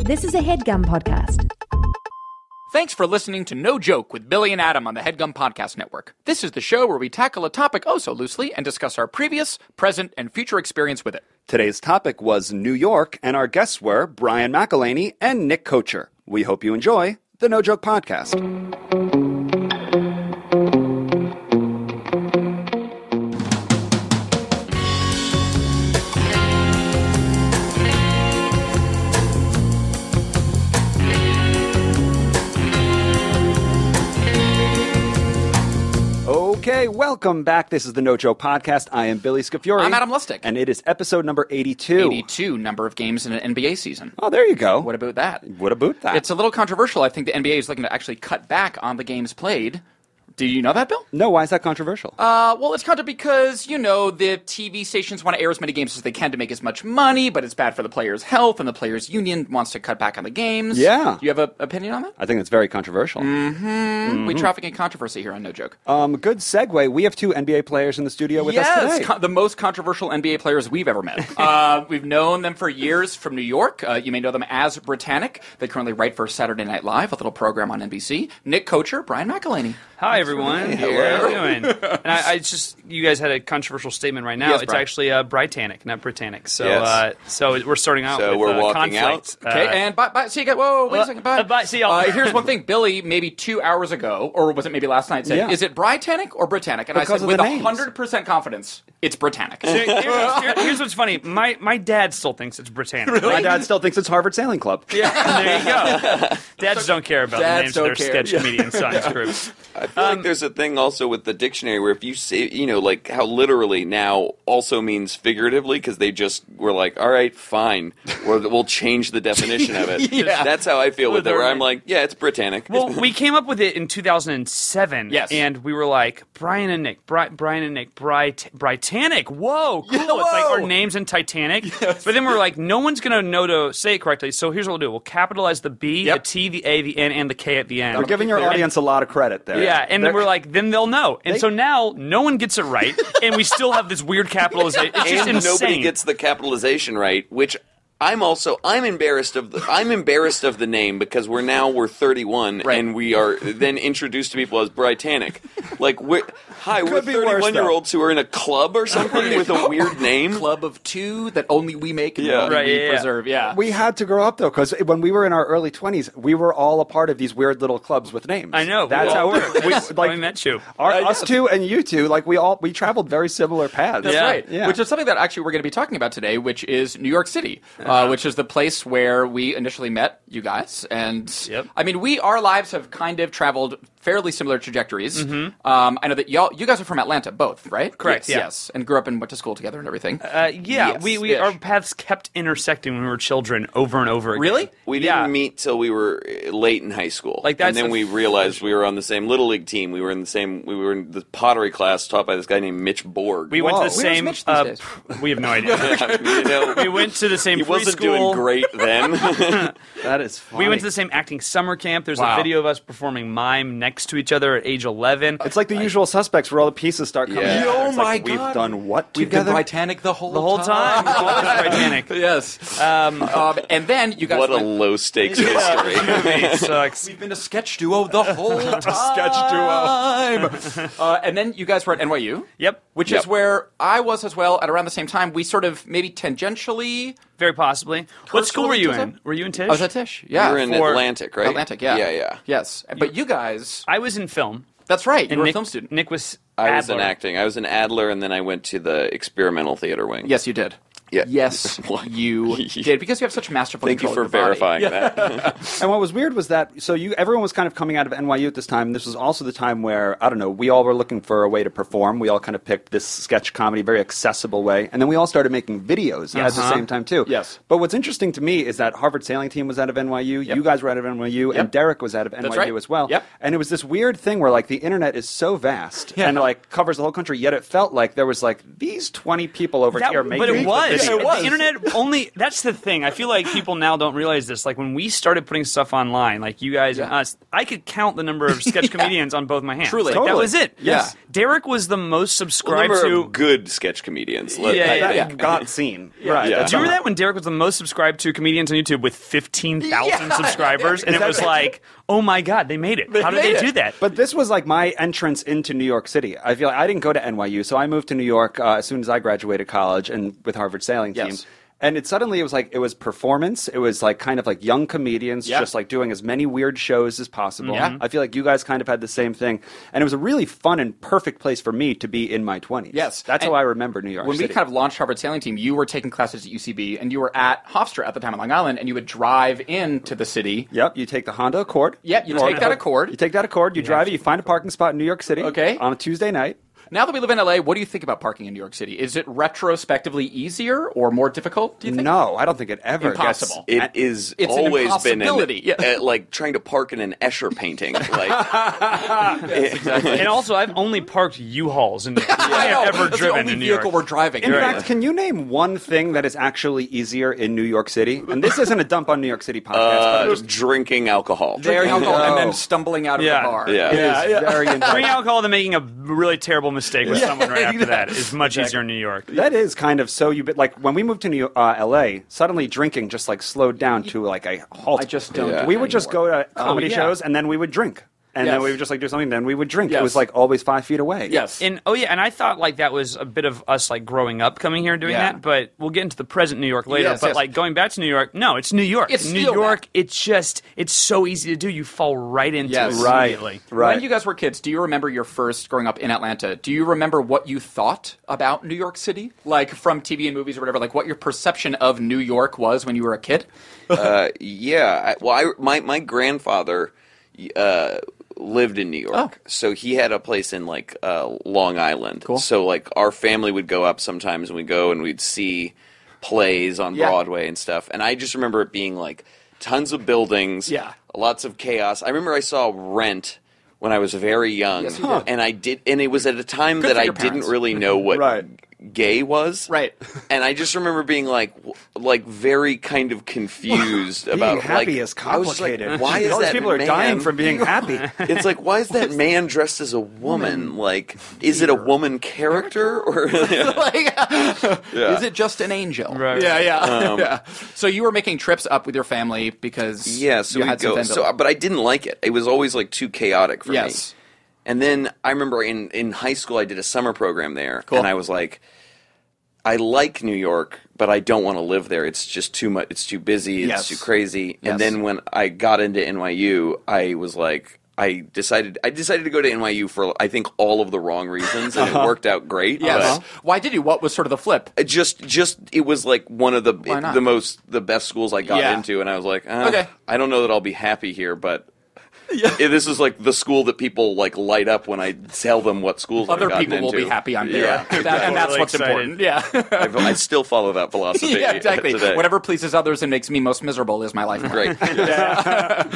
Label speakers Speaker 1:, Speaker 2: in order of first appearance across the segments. Speaker 1: This is a headgum podcast.
Speaker 2: Thanks for listening to No Joke with Billy and Adam on the Headgum Podcast Network. This is the show where we tackle a topic oh so loosely and discuss our previous, present, and future experience with it.
Speaker 3: Today's topic was New York, and our guests were Brian McElhaney and Nick Kocher. We hope you enjoy the No Joke Podcast. Okay, welcome back. This is the No Joke Podcast. I am Billy Scafiori.
Speaker 2: I'm Adam Lustig.
Speaker 3: And it is episode number 82.
Speaker 2: 82 number of games in an NBA season.
Speaker 3: Oh, there you go.
Speaker 2: What about that?
Speaker 3: What about that?
Speaker 2: It's a little controversial. I think the NBA is looking to actually cut back on the games played. Do you know that, Bill?
Speaker 3: no, why is that controversial?
Speaker 2: Uh, well, it's counted because, you know, the TV stations want to air as many games as they can to make as much money, but it's bad for the players' health, and the players' union wants to cut back on the games.
Speaker 3: Yeah.
Speaker 2: Do you have an opinion on that?
Speaker 3: I think that's very controversial.
Speaker 4: Mm.
Speaker 2: We traffic in controversy here on No Joke.
Speaker 3: Um, good segue. We have two NBA players in the studio with us
Speaker 2: yes,
Speaker 3: today.
Speaker 2: co- the most controversial NBA players we've ever met. uh, we've known them for years from New York. Uh, you may know them as Britannic. They currently write for Saturday Night Live, a little program on NBC. Nick Kocher, Brian McElhaney.
Speaker 4: Hi everyone. How are you doing? And I, I just you guys had a controversial statement right now.
Speaker 2: Yes,
Speaker 4: it's
Speaker 2: Brian.
Speaker 4: actually uh, Britannic, not Britannic. So
Speaker 5: Yes.
Speaker 4: uh, so we're starting out
Speaker 5: So
Speaker 4: with
Speaker 5: we're
Speaker 4: uh,
Speaker 5: walking
Speaker 4: conflict.
Speaker 2: Okay,
Speaker 4: Uh,
Speaker 2: and bye, bye. See you guys. Whoa, wait a
Speaker 4: well,
Speaker 2: second. Bye.
Speaker 4: uh, bye, see y'all.
Speaker 2: Uh, here's one thing. Billy, maybe two hours ago, or was it maybe last night, said,
Speaker 3: Yeah.
Speaker 2: is it Britannic or Britannic? And I
Speaker 3: Because
Speaker 2: said,
Speaker 3: of
Speaker 2: with
Speaker 3: the names.
Speaker 2: 100% confidence, it's Britannic.
Speaker 4: Here- here's, here- here's what's funny. My my dad still thinks it's Britannic.
Speaker 3: My dad still thinks it's Harvard Sailing Club.
Speaker 4: there you go. Dads don't care about
Speaker 2: Dads
Speaker 4: the names of their
Speaker 2: don't care.
Speaker 4: sketch comedian science groups.
Speaker 5: I feel like there's a thing also with the dictionary where if you say, you know, like how literally now also means figuratively because they just were like, all right, fine, we're, we'll change the definition of it.
Speaker 2: Yeah.
Speaker 5: That's how I feel with it, where I'm
Speaker 4: Literally.
Speaker 5: like, yeah, it's Britannic.
Speaker 4: Well, we came up with it in 2007.
Speaker 2: Yes.
Speaker 4: And we were like, Brian and Nick, Bri- Brian and Nick, Brit- Britannic. Whoa, cool. It's like our
Speaker 2: whoa.
Speaker 4: names in Titanic. But then we were like, no one's going to know to say it correctly. So here's what we'll do we'll capitalize the B,
Speaker 2: Yep.
Speaker 4: the T, the A, the N, and the K at the end.
Speaker 3: We're giving your audience a lot of credit there.
Speaker 4: Yeah, and then
Speaker 3: They're-
Speaker 4: we're like, then they'll know. And so now no one gets it right, and we still have this weird capitalization. It's just
Speaker 5: and
Speaker 4: insane.
Speaker 5: nobody gets the capitalization right, which I'm also I'm embarrassed of the I'm embarrassed of the name because we're now we're 31
Speaker 2: Right.
Speaker 5: and we are then introduced to people as Britannic. Like we're hi, we're
Speaker 3: Could be worse, though.
Speaker 5: 31 year olds who are in a club or something with a weird name.
Speaker 2: Club of two that only we make and
Speaker 5: Yeah.
Speaker 2: only
Speaker 4: Right,
Speaker 2: we
Speaker 4: yeah, yeah.
Speaker 2: preserve. Yeah.
Speaker 3: We had to grow up though, because when we were in our early twenties, we were all a part of these weird little clubs with names.
Speaker 4: I know.
Speaker 3: That's
Speaker 4: we
Speaker 3: how
Speaker 4: all
Speaker 3: we,
Speaker 4: were.
Speaker 3: we
Speaker 4: That's how
Speaker 3: like
Speaker 4: I met you.
Speaker 3: Our, us two and you two, like we all we traveled very similar paths.
Speaker 2: That's
Speaker 4: Yeah.
Speaker 2: right.
Speaker 3: Yeah.
Speaker 2: Which is something that actually we're going to be talking about today, which is New York City, uh,
Speaker 4: Uh-huh.
Speaker 2: which is the place where we initially met you guys. And
Speaker 4: Yep.
Speaker 2: I mean, we our lives have kind of traveled fairly similar trajectories. Um, I know that y'all you guys are from Atlanta, both, right?
Speaker 4: Mm-hmm. Correct,
Speaker 2: Yes.
Speaker 4: yeah.
Speaker 2: yes. And grew up and went to school together and everything.
Speaker 4: Uh, yeah,
Speaker 2: Yes,
Speaker 4: we, we
Speaker 2: ish.
Speaker 4: our paths kept intersecting when we were children over and over again.
Speaker 2: Really?
Speaker 5: We didn't
Speaker 4: Yeah.
Speaker 5: meet till we were uh, late in high school.
Speaker 4: Like, that's
Speaker 5: and then
Speaker 4: the-
Speaker 5: we realized we were on the same little league team. We were in the same. We were in the pottery class taught by this guy named Mitch Borg.
Speaker 4: We went
Speaker 3: Whoa.
Speaker 4: to the
Speaker 3: Where's
Speaker 4: same.
Speaker 2: Mitch these
Speaker 4: uh,
Speaker 2: days?
Speaker 4: pr- we have no idea.
Speaker 5: you know,
Speaker 4: we went to the same
Speaker 5: he
Speaker 4: preschool.
Speaker 5: wasn't doing great then.
Speaker 3: That is funny.
Speaker 4: We went to the same acting summer camp. There's
Speaker 2: Wow.
Speaker 4: a video of us performing mime next to each other at age 11.
Speaker 3: It's like the usual suspects where all the pieces start coming.
Speaker 5: Yeah.
Speaker 3: together.
Speaker 2: Oh
Speaker 3: It's like,
Speaker 2: my
Speaker 3: We've
Speaker 2: God.
Speaker 3: done what
Speaker 2: We've been
Speaker 3: together?
Speaker 2: Britannic the whole
Speaker 4: the whole time. It was Titanic.
Speaker 2: yes. Um, and then you guys
Speaker 5: what a
Speaker 2: went-
Speaker 5: low stakes history.
Speaker 4: It sucks.
Speaker 2: We've been a sketch duo the whole time. sketch duo. uh, and then you guys were at NYU.
Speaker 4: Yep.
Speaker 2: Which is
Speaker 5: Yep.
Speaker 2: where I was as well. At around the same time, we sort of maybe tangentially.
Speaker 4: Very possibly. What school were you
Speaker 2: Personally,
Speaker 4: in? Were you in Tisch?
Speaker 2: I was at Tish. Yeah.
Speaker 5: You're in
Speaker 4: For-
Speaker 5: Atlantic, right?
Speaker 2: Atlantic. Yeah.
Speaker 5: yeah, yeah.
Speaker 2: Yes. But you guys.
Speaker 4: I was in film.
Speaker 2: That's right. You
Speaker 4: And
Speaker 2: were
Speaker 4: Nick,
Speaker 2: a film student.
Speaker 4: Nick was.
Speaker 5: I was in
Speaker 4: Adler.
Speaker 5: acting. I was in Adler, and then I went to the experimental theater wing.
Speaker 2: Yes, you did.
Speaker 5: Yeah.
Speaker 2: Yes, you did because you have such masterful.
Speaker 5: Thank you
Speaker 2: control
Speaker 5: for
Speaker 2: of your body.
Speaker 5: verifying that.
Speaker 3: And what was weird was that so you everyone was kind of coming out of NYU at this time. This was also the time where I don't know, we all were looking for a way to perform. We all kind of picked this sketch comedy, very accessible way, and then we all started making videos at the
Speaker 4: Uh-huh.
Speaker 3: same time too.
Speaker 2: Yes.
Speaker 3: But what's interesting to me is that Harvard Sailing Team was out of NYU, you guys were out of NYU,
Speaker 2: Yep.
Speaker 3: and Derek was out of NYU
Speaker 2: right.
Speaker 3: as well.
Speaker 2: Yep.
Speaker 3: And it was this weird thing where like the internet is so vast
Speaker 2: Yeah.
Speaker 3: and like covers the whole country, yet it felt like there was like these twenty people over
Speaker 4: That-
Speaker 3: here
Speaker 4: but
Speaker 3: making
Speaker 4: it was.
Speaker 3: a
Speaker 5: Yes, it
Speaker 4: The internet only that's the thing. I feel like people now don't realize this. Like when we started putting stuff online, like you guys and
Speaker 2: Yeah.
Speaker 4: us, I could count the number of sketch comedians on both my hands.
Speaker 2: Truly.
Speaker 4: Like, that
Speaker 3: Totally.
Speaker 4: was it.
Speaker 2: Yes.
Speaker 4: Derek was the most
Speaker 5: Well,
Speaker 4: subscribed
Speaker 5: number
Speaker 4: to
Speaker 5: of good sketch comedians. let-
Speaker 4: Yeah,
Speaker 5: I
Speaker 4: yeah,
Speaker 3: that
Speaker 5: think.
Speaker 3: got seen. Right.
Speaker 5: Yeah.
Speaker 3: that's
Speaker 4: Do you remember
Speaker 3: all.
Speaker 4: that when Derek was the most subscribed to comedians on YouTube with 15,000
Speaker 2: Yeah.
Speaker 4: subscribers? And it was like, oh my God, they made it. How did
Speaker 2: made
Speaker 4: they
Speaker 2: it.
Speaker 4: do that?
Speaker 3: But this was like my entrance into New York City. I feel like I didn't go to NYU, so I moved to New York uh, as soon as I graduated college and with Harvard sailing team.
Speaker 2: Yes.
Speaker 3: And it suddenly it was like it was performance. It was like kind of like young comedians
Speaker 2: Yeah.
Speaker 3: just like doing as many weird shows as possible.
Speaker 2: Yeah.
Speaker 3: I feel like you guys kind of had the same thing, and it was a really fun and perfect place for me to be in my twenties.
Speaker 2: Yes.
Speaker 3: that's
Speaker 2: And
Speaker 3: how I remember New York.
Speaker 2: when
Speaker 3: City.
Speaker 2: we kind of launched Harvard Sailing Team, you were taking classes at UCB, and you were at Hofstra at the time on Long Island, and you would drive into the city.
Speaker 3: Yep, you take the Honda Accord.
Speaker 2: Yep, you take that Accord.
Speaker 3: You take that Accord. You drive it. You find a parking spot in New York City.
Speaker 2: Okay.
Speaker 3: On a Tuesday night.
Speaker 2: Now that we live in LA, what do you think about parking in New York City? Is it retrospectively easier or more difficult? Do you think?
Speaker 3: No, I don't think it ever gets-
Speaker 2: Impossible.
Speaker 5: It is
Speaker 2: It's an
Speaker 5: always been an,
Speaker 2: impossibility, yeah.
Speaker 5: uh, like trying to park in an Escher painting. Like
Speaker 4: and also, I've only parked U-Hauls in New York. I
Speaker 2: know.
Speaker 4: have ever
Speaker 2: That's
Speaker 4: driven
Speaker 2: the only
Speaker 4: in New
Speaker 2: vehicle
Speaker 4: York.
Speaker 2: we're driving.
Speaker 3: In fact, can you name one thing that is actually easier in New York City? And this isn't a dump on New York City podcast.
Speaker 5: uh, drinking alcohol.
Speaker 2: there you go,
Speaker 3: go.
Speaker 2: and then stumbling out of
Speaker 4: Yeah.
Speaker 2: the bar.
Speaker 5: Oh. Yeah.
Speaker 3: but it is very
Speaker 4: Drinking
Speaker 3: involved.
Speaker 4: alcohol than making a really terrible mistake with someone right after that is much easier in New York.
Speaker 3: That is kind of so. You but like when we moved to New uh, LA, suddenly drinking just like slowed down to like a halt.
Speaker 2: I just don't
Speaker 5: Yeah.
Speaker 2: do
Speaker 3: We would just go
Speaker 2: anymore. Oh,
Speaker 3: to comedy
Speaker 4: yeah.
Speaker 3: shows and then we would drink, and then
Speaker 2: Yes.
Speaker 3: we would just like do something, then we would drink.
Speaker 2: Yes.
Speaker 3: It was like always five feet away.
Speaker 2: Yes.
Speaker 4: And oh yeah, and I thought like that was a bit of us like growing up coming here and doing
Speaker 2: Yeah.
Speaker 4: that, but we'll get into the present New York later.
Speaker 2: Yes,
Speaker 4: but
Speaker 2: yes.
Speaker 4: like going back to New York, no, it's New York.
Speaker 2: It's
Speaker 4: New
Speaker 2: still
Speaker 4: York,
Speaker 2: that.
Speaker 4: it's just it's so easy to do. You fall right into
Speaker 2: Yes.
Speaker 4: it
Speaker 3: Right.
Speaker 4: immediately.
Speaker 3: Right.
Speaker 2: When you guys were kids, do you remember your first growing up in Atlanta? Do you remember what you thought about New York City? Like from TV and movies or whatever, like what your perception of New York was when you were a kid?
Speaker 5: Uh, yeah. I, well, I, my my grandfather uh, lived in New York,
Speaker 2: Oh.
Speaker 5: so he had a place in like uh, Long Island. Cool. So like our family would go up sometimes, and we go and we'd see plays on
Speaker 2: Yeah.
Speaker 5: Broadway and stuff. And I just remember it being like tons of buildings,
Speaker 2: Yeah.
Speaker 5: lots of chaos. I remember I saw Rent. When I was very young,
Speaker 2: Yes, you did.
Speaker 5: and I did, and it was at a time
Speaker 2: Good
Speaker 5: that
Speaker 2: for
Speaker 5: I
Speaker 2: your parents.
Speaker 5: didn't really know what
Speaker 3: Right.
Speaker 5: gay was,
Speaker 2: Right.
Speaker 5: And I just remember being like, w- like very kind of confused about
Speaker 3: being happy
Speaker 5: like,
Speaker 3: is
Speaker 5: I was just like,
Speaker 3: complicated.
Speaker 5: why is
Speaker 3: All these
Speaker 5: that
Speaker 3: people are
Speaker 5: man-
Speaker 3: dying from being happy?
Speaker 5: It's like why is that man dressed as a woman? Like, is it a woman character or?
Speaker 2: like, is it just an angel?
Speaker 4: Right.
Speaker 2: Yeah, yeah.
Speaker 5: Um,
Speaker 2: yeah. So you were making trips up with your family because
Speaker 5: yeah, so
Speaker 2: you
Speaker 5: we
Speaker 2: had some
Speaker 5: go.
Speaker 2: fun to-
Speaker 5: So, uh, but I didn't like it. It was always like too chaotic for
Speaker 2: Yes.
Speaker 5: me. And then I remember in in high school I did a summer program there, and I was like, I like New York, but I don't want to live there. It's just too much. It's too busy. It's
Speaker 2: Yes.
Speaker 5: too crazy.
Speaker 2: Yes.
Speaker 5: And then when I got into NYU, I was like. I decided I decided to go to NYU for I think all of the wrong reasons and it worked out great.
Speaker 2: Uh-huh. yes. Uh-huh.
Speaker 5: but-
Speaker 2: Why did you? What was sort of the flip?
Speaker 5: uh-huh. it just just it was like one of the
Speaker 2: not?
Speaker 5: the most the best schools I got
Speaker 2: Yeah.
Speaker 5: into, and I was like, uh,
Speaker 2: Okay.
Speaker 5: I don't know that I'll be happy here, but. Yeah. This is like the school that people like light up when I tell them what schools I've
Speaker 2: Other
Speaker 5: gotten
Speaker 2: people will
Speaker 5: into.
Speaker 2: be happy I'm there,
Speaker 5: Yeah.
Speaker 2: That- and that's
Speaker 4: Totally
Speaker 2: what's
Speaker 4: excited.
Speaker 2: important. Yeah,
Speaker 5: I've- I still follow that philosophy.
Speaker 2: yeah, exactly.
Speaker 5: Today.
Speaker 2: Whatever pleases others and makes me most miserable is my life. plan.
Speaker 5: Great.
Speaker 2: How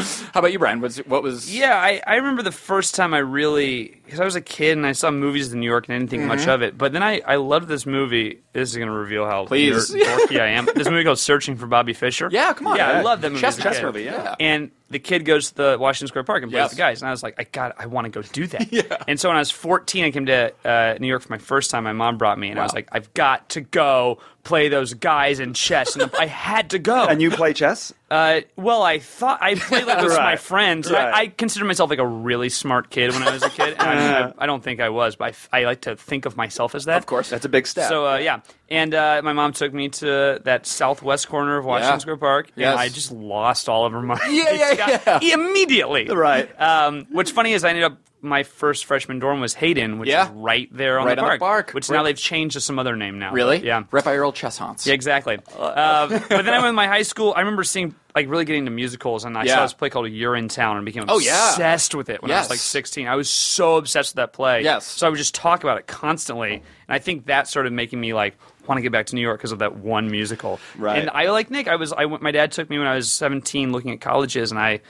Speaker 2: about you, Brian? Was what was?
Speaker 4: Yeah, I, I remember the first time I really because I was a kid and I saw movies in New York and I didn't think
Speaker 2: Mm-hmm.
Speaker 4: much of it. But then I, I loved this movie. This is going to reveal how
Speaker 2: Please.
Speaker 4: nerd- dorky I am. This movie called Searching for Bobby Fischer.
Speaker 2: Yeah, come on.
Speaker 4: Yeah, I
Speaker 2: Yeah.
Speaker 4: love that movie.
Speaker 2: Chess-
Speaker 4: as a
Speaker 2: chess
Speaker 4: kid.
Speaker 2: movie, yeah.
Speaker 4: And the kid goes to the Washington Square Park and plays
Speaker 2: Yes.
Speaker 4: the guys, and I was like, I got, I want to go do that. yeah. And so when I was 14, I came to uh, New York for my first time. My mom brought me, and I was
Speaker 2: Wow.
Speaker 4: like, I've got to go play those guys in chess, and I had to go.
Speaker 3: and you play chess?
Speaker 4: Uh, well, I thought I played like this with my
Speaker 3: Right.
Speaker 4: friends. and
Speaker 3: Right.
Speaker 4: I, I consider myself like a really smart kid when I was a kid. And I, I, I don't think I was, but I f- I, like to think of myself as that. Of
Speaker 2: Uh-huh. course.
Speaker 3: That's a big step.
Speaker 4: So uh, yeah, and uh, my mom took me to that southwest corner of Washington
Speaker 2: Yeah.
Speaker 4: Square Park,
Speaker 2: Yes.
Speaker 4: and I just lost all of her mind.
Speaker 2: Yeah, yeah, yeah.
Speaker 4: Immediately,
Speaker 3: Right.
Speaker 4: Um, what's funny is I ended up my first freshman dorm was Hayden, which
Speaker 2: Yeah.
Speaker 4: is right there on,
Speaker 2: Right
Speaker 4: the,
Speaker 2: on the
Speaker 4: park,
Speaker 2: park.
Speaker 4: which
Speaker 2: Right.
Speaker 4: now they've changed to some other name now.
Speaker 2: Really?
Speaker 4: Yeah.
Speaker 2: Rep by Earl Chesshans.
Speaker 4: Yeah, exactly. Uh, but then I went to my high school. I remember seeing, like, really getting into musicals, and I
Speaker 2: Yeah.
Speaker 4: saw this play called Urine Town and became
Speaker 2: Oh, yeah.
Speaker 4: obsessed with it when I was
Speaker 2: Yes.
Speaker 4: like 16. I was so obsessed with that play.
Speaker 2: Yes.
Speaker 4: So I would just talk about it constantly. And I think that started making me, like, want to get back to New York because of that one musical.
Speaker 3: Right.
Speaker 4: And I, like Nick, I was, I went, my dad took me when I was 17 looking at colleges, and I,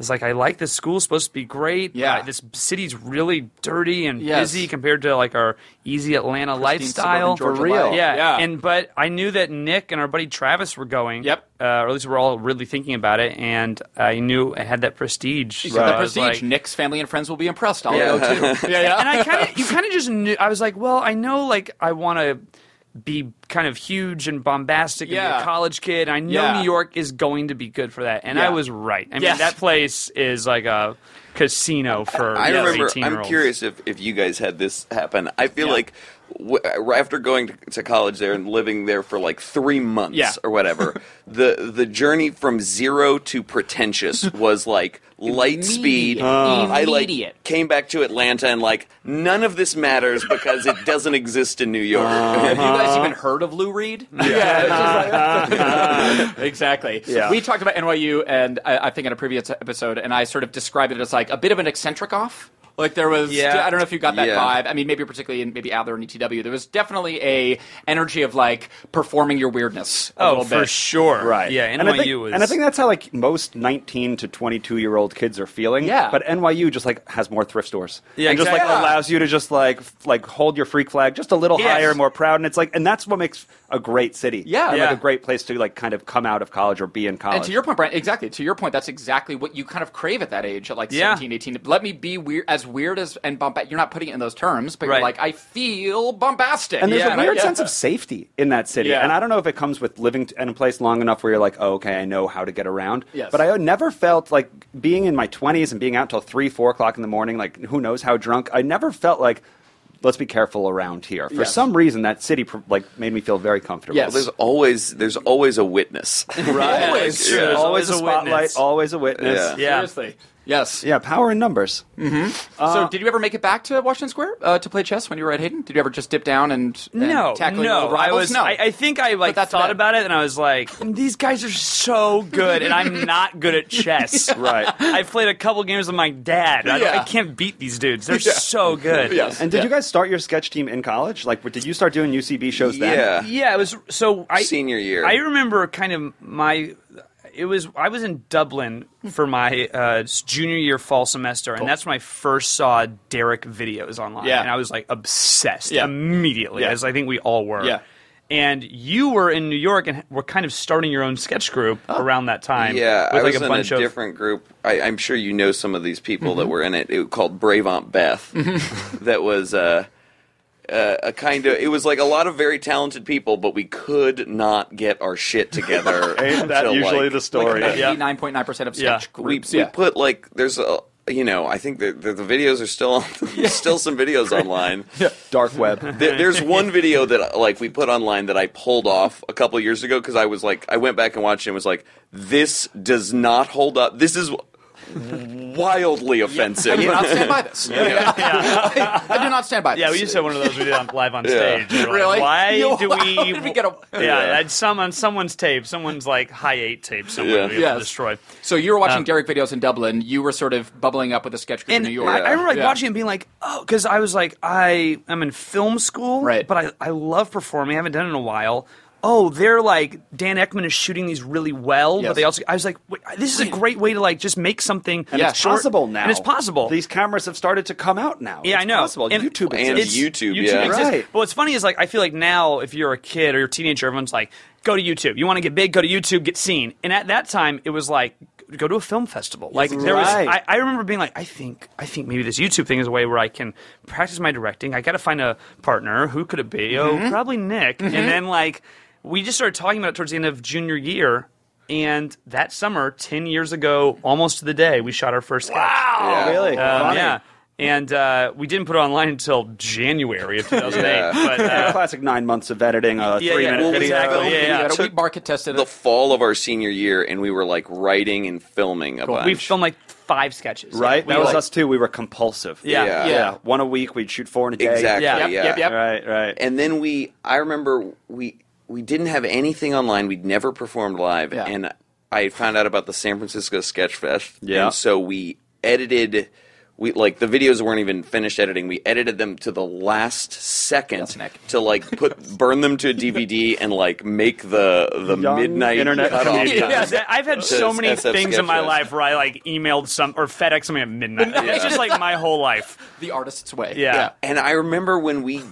Speaker 4: It's like I like this school; supposed to be great.
Speaker 2: Yeah.
Speaker 4: Uh, this city's really dirty and
Speaker 2: Yes.
Speaker 4: busy compared to like our easy Atlanta
Speaker 2: suburban
Speaker 4: lifestyle.
Speaker 2: Georgia
Speaker 3: For real.
Speaker 2: life.
Speaker 4: Yeah.
Speaker 2: yeah.
Speaker 4: And but I knew that Nick and our buddy Travis were going.
Speaker 2: Yep.
Speaker 4: Uh, or at least we're all really thinking about it, and I knew it had that prestige.
Speaker 2: She's
Speaker 4: So
Speaker 2: got the
Speaker 4: I was
Speaker 2: prestige.
Speaker 4: like-
Speaker 2: Nick's family and friends will be impressed. I'll
Speaker 5: Yeah.
Speaker 2: go too. yeah, yeah.
Speaker 4: and I kind of, you kind of just knew. I was like, well, I know, like, I want to be kind of huge and bombastic and be
Speaker 2: Yeah.
Speaker 4: a college kid. And I know
Speaker 2: Yeah.
Speaker 4: New York is going to be good for that, and I
Speaker 2: Yeah.
Speaker 4: was right. I mean,
Speaker 2: Yes.
Speaker 4: that place is like a casino for
Speaker 5: I remember.
Speaker 4: 18 year
Speaker 5: I'm
Speaker 4: olds.
Speaker 5: curious if, if you guys had this happen. I feel like w- after going to, to college there and living there for like three months
Speaker 2: Yeah.
Speaker 5: or whatever, the the journey from zero to pretentious was like light speed.
Speaker 2: Immediate.
Speaker 5: I like
Speaker 2: Immediate.
Speaker 5: came back to Atlanta and like none of this matters because it doesn't exist in New York.
Speaker 2: Have you guys even heard of Lou Reed? Yeah, it's just like- exactly.
Speaker 3: Yeah.
Speaker 2: We talked about NYU, and I, I think in a previous episode, and I sort of described it as like a bit of an eccentric off. Like there was,
Speaker 4: Yeah.
Speaker 2: I don't know if you got that
Speaker 5: Yeah.
Speaker 2: vibe. I mean, maybe particularly in maybe Adler and ETW, there was definitely a energy of like performing your weirdness. A
Speaker 4: Oh,
Speaker 2: little
Speaker 4: for
Speaker 2: bit.
Speaker 4: sure.
Speaker 3: Right.
Speaker 4: Yeah, NYU
Speaker 3: and I think,
Speaker 4: was.
Speaker 3: And I think that's how like most 19 to 22 year old kids are feeling.
Speaker 2: Yeah.
Speaker 3: But NYU just like has more thrift stores.
Speaker 4: Yeah,
Speaker 3: And just
Speaker 4: exactly.
Speaker 3: like allows you to just like f- like hold your freak flag just a little
Speaker 4: Yes.
Speaker 3: higher, more proud, and it's like and that's what makes a great city.
Speaker 2: Yeah.
Speaker 3: And,
Speaker 4: Yeah.
Speaker 3: Like a great place to like kind of come out of college or be in college.
Speaker 2: And to your point, Brian, exactly. To your point, that's exactly what you kind of crave at that age, at like
Speaker 4: Yeah.
Speaker 2: 17, 18. Let me be weird, as weird as and bombastic. You're not putting it in those terms, but
Speaker 4: Right.
Speaker 2: you're like, I feel bombastic.
Speaker 3: and there's
Speaker 4: Yeah.
Speaker 3: a weird
Speaker 2: Yeah.
Speaker 3: sense of safety in that city.
Speaker 2: Yeah.
Speaker 3: And I don't know if it comes with living t- in a place long enough where you're like, oh, okay, I know how to get around.
Speaker 2: Yes.
Speaker 3: But I never felt like being in my 20s and being out till 3, 4 o'clock in the morning, like who knows how drunk, I never felt like, let's be careful around here. For
Speaker 2: Yes.
Speaker 3: some reason, that city pr- like made me feel very comfortable.
Speaker 2: Yes.
Speaker 5: There's always there's always a witness.
Speaker 2: Right.
Speaker 4: Always.
Speaker 5: Yeah.
Speaker 4: There's
Speaker 3: Always, a
Speaker 4: witness.
Speaker 3: spotlight, always a witness.
Speaker 5: Yeah.
Speaker 4: Yeah.
Speaker 2: Seriously. Yes.
Speaker 3: Yeah, power in numbers.
Speaker 2: Mm.
Speaker 4: Uh,
Speaker 2: so, did you ever make it back to Washington Square uh, to play chess when you were at Hayden? Did you ever just dip down and, and
Speaker 4: No,
Speaker 2: tackle your
Speaker 4: no,
Speaker 2: old
Speaker 4: I
Speaker 2: rivals?
Speaker 4: was.
Speaker 2: no.
Speaker 4: I, I think I like
Speaker 2: that's
Speaker 4: thought
Speaker 2: bad.
Speaker 4: about it, and I was like, "These guys are so good, and I'm not good at chess."
Speaker 3: Right.
Speaker 4: I played a couple games with my dad. I,
Speaker 2: Yeah.
Speaker 4: I can't beat these dudes. They're so good.
Speaker 2: Yes.
Speaker 3: And did you guys start your sketch team in college? Like, did you start doing UCB shows then?
Speaker 5: Yeah.
Speaker 4: Yeah, it was so I
Speaker 5: Senior year.
Speaker 4: I remember kind of my it was I was in Dublin for my uh, junior year fall semester, and that's when I first saw Derek videos online,
Speaker 2: Yeah.
Speaker 4: and I was like obsessed
Speaker 2: Yeah.
Speaker 4: immediately,
Speaker 2: Yeah.
Speaker 4: as I think we all were.
Speaker 2: Yeah.
Speaker 4: And you were in New York and were kind of starting your own sketch group around that time.
Speaker 5: Yeah,
Speaker 4: with
Speaker 5: I
Speaker 4: like
Speaker 5: was
Speaker 4: a bunch
Speaker 5: in a
Speaker 4: of
Speaker 5: different group. I, I'm sure you know some of these people that were in it. It was called Brave Aunt Beth. that was uh, uh, a kind of. It was like a lot of very talented people, but we could not get our shit together.
Speaker 3: Ain't that
Speaker 5: to,
Speaker 3: usually
Speaker 5: like-
Speaker 3: the story?
Speaker 4: Yeah.
Speaker 2: 99.9% of sketch
Speaker 4: Yeah.
Speaker 5: We,
Speaker 2: groups.
Speaker 5: we
Speaker 2: yeah.
Speaker 5: put like there's a you know I think the the, the videos are still on, there's still some videos online.
Speaker 3: Dark web.
Speaker 5: There, there's one video that like we put online that I pulled off a couple years ago because I was like I went back and watched it and was like this does not hold up. This is wildly offensive.
Speaker 2: I do not stand by this. I, I do not stand by this.
Speaker 4: Yeah, we used to have one of those we did on live on
Speaker 5: Yeah.
Speaker 4: stage. We were like,
Speaker 2: Really?
Speaker 4: Why
Speaker 2: Yo,
Speaker 4: do we?
Speaker 2: how did we get a-
Speaker 4: yeah,
Speaker 5: Yeah.
Speaker 4: that's some on someone's tape. Someone's like high eight tape. Someone
Speaker 5: Yeah.
Speaker 4: we have
Speaker 2: Yes.
Speaker 4: to destroy.
Speaker 2: So you were watching
Speaker 4: Um,
Speaker 2: Derek videos in Dublin. You were sort of bubbling up with a sketch group
Speaker 4: And
Speaker 2: in New York.
Speaker 4: I, I remember like
Speaker 2: Yeah.
Speaker 4: watching and being like, oh, because I was like, I am in film school,
Speaker 2: Right.
Speaker 4: But I, I love performing. I haven't done it in a while. Oh, they're like Dan Ekman is shooting these really well, but
Speaker 2: Yes.
Speaker 4: they also. I was like, Wait, this is a great way to like just make something.
Speaker 3: And
Speaker 2: Yeah,
Speaker 3: it's
Speaker 4: short-
Speaker 3: possible now.
Speaker 4: And it's possible.
Speaker 3: These cameras have started to come out now.
Speaker 4: Yeah,
Speaker 3: It's
Speaker 4: I know.
Speaker 3: Possible.
Speaker 4: And-
Speaker 3: YouTube
Speaker 5: And
Speaker 3: exists.
Speaker 5: you- YouTube, yeah.
Speaker 4: exists.
Speaker 3: Right.
Speaker 4: But what's funny is like I feel like now if you're a kid or you're a teenager, everyone's like, go to YouTube. You want to get big, go to YouTube, get seen. And at that time, it was like go to a film festival. Like there was,
Speaker 3: Right.
Speaker 4: I, I remember being like, I think, I think maybe this YouTube thing is a way where I can practice my directing. I got to find a partner. Who could it be?
Speaker 3: Mm-hmm.
Speaker 4: Oh, probably Nick. And then like we just started talking about it towards the end of junior year. And that summer, ten years ago, almost to the day, we shot our first. Wow!
Speaker 5: Yeah.
Speaker 3: Oh, Really?
Speaker 4: Um,
Speaker 3: Funny.
Speaker 4: yeah. And uh, we didn't put it online until January of 2008.
Speaker 5: Yeah.
Speaker 4: But, uh,
Speaker 3: Classic nine months of editing, a
Speaker 4: Yeah,
Speaker 3: three
Speaker 4: yeah.
Speaker 3: minute
Speaker 4: Well,
Speaker 3: video.
Speaker 4: exactly. Yeah, yeah.
Speaker 2: We had a-
Speaker 5: So-
Speaker 2: we market tested
Speaker 5: The
Speaker 2: it.
Speaker 5: fall of our senior year, and we were like writing and filming a bunch.
Speaker 4: we filmed like five sketches.
Speaker 3: Right?
Speaker 4: We
Speaker 3: That was
Speaker 4: like-
Speaker 3: us too. We were compulsive.
Speaker 4: Yeah.
Speaker 5: Yeah.
Speaker 3: Yeah. One a week. We'd shoot four in a day.
Speaker 5: exactly.
Speaker 4: Yeah.
Speaker 5: Yeah.
Speaker 4: Yep,
Speaker 2: yep, yep.
Speaker 3: Right, right.
Speaker 5: And then we, I remember we we didn't have anything online. We'd never performed live,
Speaker 2: Yeah.
Speaker 5: and I found out about the San Francisco Sketch Fest.
Speaker 3: Yeah.
Speaker 5: And so we edited. we like the videos weren't even finished editing. We edited them to the last second
Speaker 2: Yes, Nick.
Speaker 5: to like put burn them to a DVD and like make the the
Speaker 3: Young
Speaker 5: midnight
Speaker 3: internet
Speaker 5: cutoff time.
Speaker 3: comedian.
Speaker 4: Yeah, that- I've had so
Speaker 5: Says
Speaker 4: many
Speaker 5: SF
Speaker 4: things in my
Speaker 5: Sketchfest.
Speaker 4: life where I like emailed some or FedEx something at midnight. That's just like my whole life.
Speaker 2: the artist's way.
Speaker 4: Yeah.
Speaker 5: Uh, And I remember when we,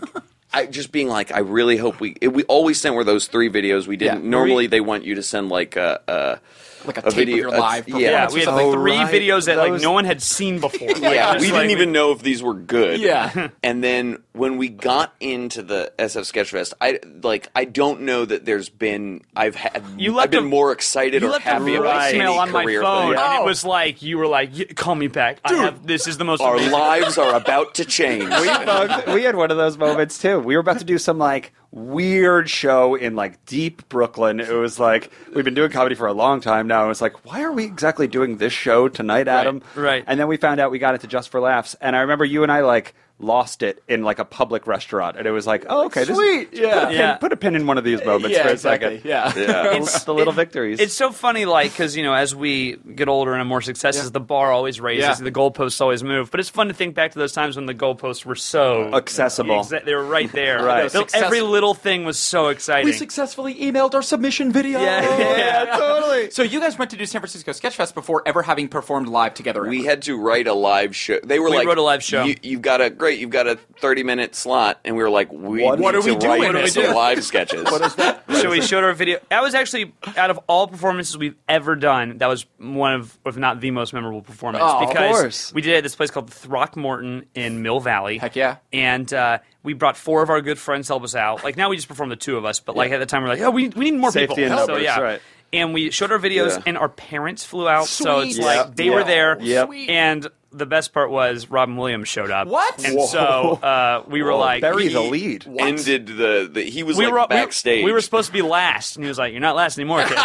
Speaker 5: I just being like, I really hope we. It, we always sent were those three videos. We didn't.
Speaker 2: Yeah.
Speaker 5: Normally, they want you to send like a, a
Speaker 2: Like a,
Speaker 5: A
Speaker 2: tape
Speaker 5: video-
Speaker 2: of your live
Speaker 5: a- yeah,
Speaker 4: Yeah,
Speaker 2: performance.
Speaker 4: we had
Speaker 2: or
Speaker 4: like
Speaker 3: Oh,
Speaker 4: three
Speaker 3: right.
Speaker 4: videos that like
Speaker 3: Those-
Speaker 4: no one had seen before.
Speaker 5: yeah. We didn't even know if these were good.
Speaker 2: Yeah.
Speaker 5: And then when we got into the SF Sketchfest, I like I don't know that there's been I've had
Speaker 4: You
Speaker 5: I've
Speaker 4: left
Speaker 5: been
Speaker 4: a-
Speaker 5: more excited
Speaker 4: You
Speaker 5: or
Speaker 4: left a
Speaker 5: happy about any
Speaker 4: voicemail on my
Speaker 5: career
Speaker 4: phone,
Speaker 5: thing.
Speaker 4: and
Speaker 2: Oh.
Speaker 4: it was like you were like, "Y- "Call me back, I have, This is the most."
Speaker 5: Our
Speaker 4: amazing-
Speaker 5: lives are about to change.
Speaker 3: Bugs, we had one of those moments too. We were about to do some like weird show in like deep Brooklyn. It was like we've been doing comedy for a long time now. It was like, why are we exactly doing this show tonight, Adam?
Speaker 4: right.
Speaker 3: And then we found out we got it to Just for Laughs, and I remember you and I like lost it in like a public restaurant, and it was like, oh, okay,
Speaker 2: Sweet,
Speaker 3: This,
Speaker 2: yeah.
Speaker 3: put a, pin,
Speaker 4: Yeah.
Speaker 3: put a pin in one of these moments
Speaker 2: yeah,
Speaker 3: for a
Speaker 2: exactly.
Speaker 3: second.
Speaker 2: Yeah.
Speaker 5: Yeah.
Speaker 3: It's the little
Speaker 4: it-
Speaker 3: victories.
Speaker 4: It's so funny, like because you know, as we get older and have more successes, the bar always raises,
Speaker 2: Yeah.
Speaker 4: the goalposts always move. But it's fun to think back to those times when the goalposts were so
Speaker 3: Accessible.
Speaker 4: Exa- they were right there.
Speaker 3: Right.
Speaker 4: The- Every little thing was so exciting.
Speaker 2: We successfully emailed our submission video.
Speaker 4: Yeah. Yeah,
Speaker 2: totally. So you guys went to do San Francisco Sketchfest before ever having performed live together.
Speaker 5: we
Speaker 2: ever.
Speaker 5: had to write a live show. They were
Speaker 4: We
Speaker 5: like,
Speaker 4: wrote a live show.
Speaker 5: You, you've got a great, you've got a thirty-minute slot, and we were like, we
Speaker 3: What-
Speaker 5: need
Speaker 3: what
Speaker 5: to
Speaker 3: are
Speaker 2: we doing?
Speaker 5: write
Speaker 2: What do we
Speaker 5: some
Speaker 2: do?
Speaker 5: live sketches. what is that?
Speaker 4: so we showed our video. That was actually out of all performances we've ever done. That was one of, if not the most memorable performance.
Speaker 2: Oh, of
Speaker 4: because
Speaker 3: course.
Speaker 4: we did it at this place called Throckmorton in Mill Valley.
Speaker 2: Heck yeah.
Speaker 4: And uh, we brought four of our good friends to help us out. Like now we just perform the two of us, but like at the time we we're like, oh, we, we need more
Speaker 3: Safety
Speaker 4: people.
Speaker 3: in
Speaker 4: so
Speaker 3: numbers,
Speaker 4: yeah.
Speaker 3: right.
Speaker 4: And we showed our videos,
Speaker 5: Yeah.
Speaker 4: and our parents flew out. So it's
Speaker 2: Sweet.
Speaker 4: like they were
Speaker 3: Yep.
Speaker 4: there.
Speaker 3: Yep.
Speaker 2: Sweet.
Speaker 4: And the best part was Robin Williams showed up.
Speaker 2: What?
Speaker 4: And
Speaker 2: Whoa.
Speaker 4: so uh, we were like,
Speaker 3: Oh, bury
Speaker 4: he-
Speaker 3: the lead.
Speaker 5: Ended the, the he was
Speaker 4: we
Speaker 5: like
Speaker 4: were
Speaker 5: backstage.
Speaker 4: We, we were supposed to be last, and he was like, "You're not last anymore, kids."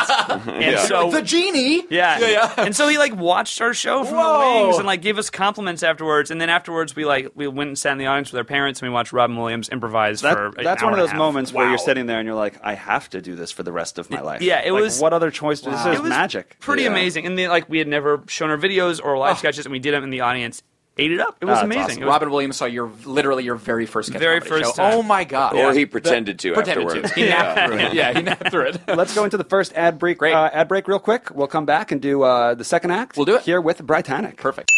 Speaker 4: and
Speaker 5: Yeah.
Speaker 4: so.
Speaker 2: the genie. Yeah.
Speaker 4: yeah.
Speaker 2: yeah.
Speaker 4: and so he like watched our show from
Speaker 2: Whoa.
Speaker 4: the wings and like gave us compliments afterwards. And then afterwards, we like we went and sat in the audience with our parents and we watched Robin Williams improvise
Speaker 3: That-
Speaker 4: for. an
Speaker 3: that's
Speaker 4: hour
Speaker 3: one of
Speaker 4: and a
Speaker 3: those
Speaker 4: half.
Speaker 3: moments where you're
Speaker 4: Wow.
Speaker 3: sitting there and you're like, I have to do this for the rest of my life.
Speaker 4: yeah, it
Speaker 3: Like,
Speaker 4: was-
Speaker 3: What other choice?
Speaker 2: Wow.
Speaker 3: This is
Speaker 4: It was
Speaker 3: magic.
Speaker 4: pretty
Speaker 5: Yeah.
Speaker 4: amazing. And then like we had never shown our videos or live sketches, and we did them, and the audience ate it up. It was
Speaker 3: that's
Speaker 4: amazing.
Speaker 3: awesome.
Speaker 4: It was
Speaker 2: Robin Williams saw your literally your very first sketch
Speaker 4: Very
Speaker 2: comedy
Speaker 4: first
Speaker 2: show.
Speaker 4: time.
Speaker 2: Oh my god!
Speaker 5: or
Speaker 2: Yeah.
Speaker 5: he pretended to
Speaker 2: pretended
Speaker 5: afterwards.
Speaker 2: to. He napped through it. Yeah, he napped through it.
Speaker 3: Let's go into the first ad break.
Speaker 2: Great.
Speaker 3: Uh, ad break, real quick. We'll come back and do uh, the second act.
Speaker 2: We'll do it.
Speaker 3: here with Britannic.
Speaker 2: Perfect.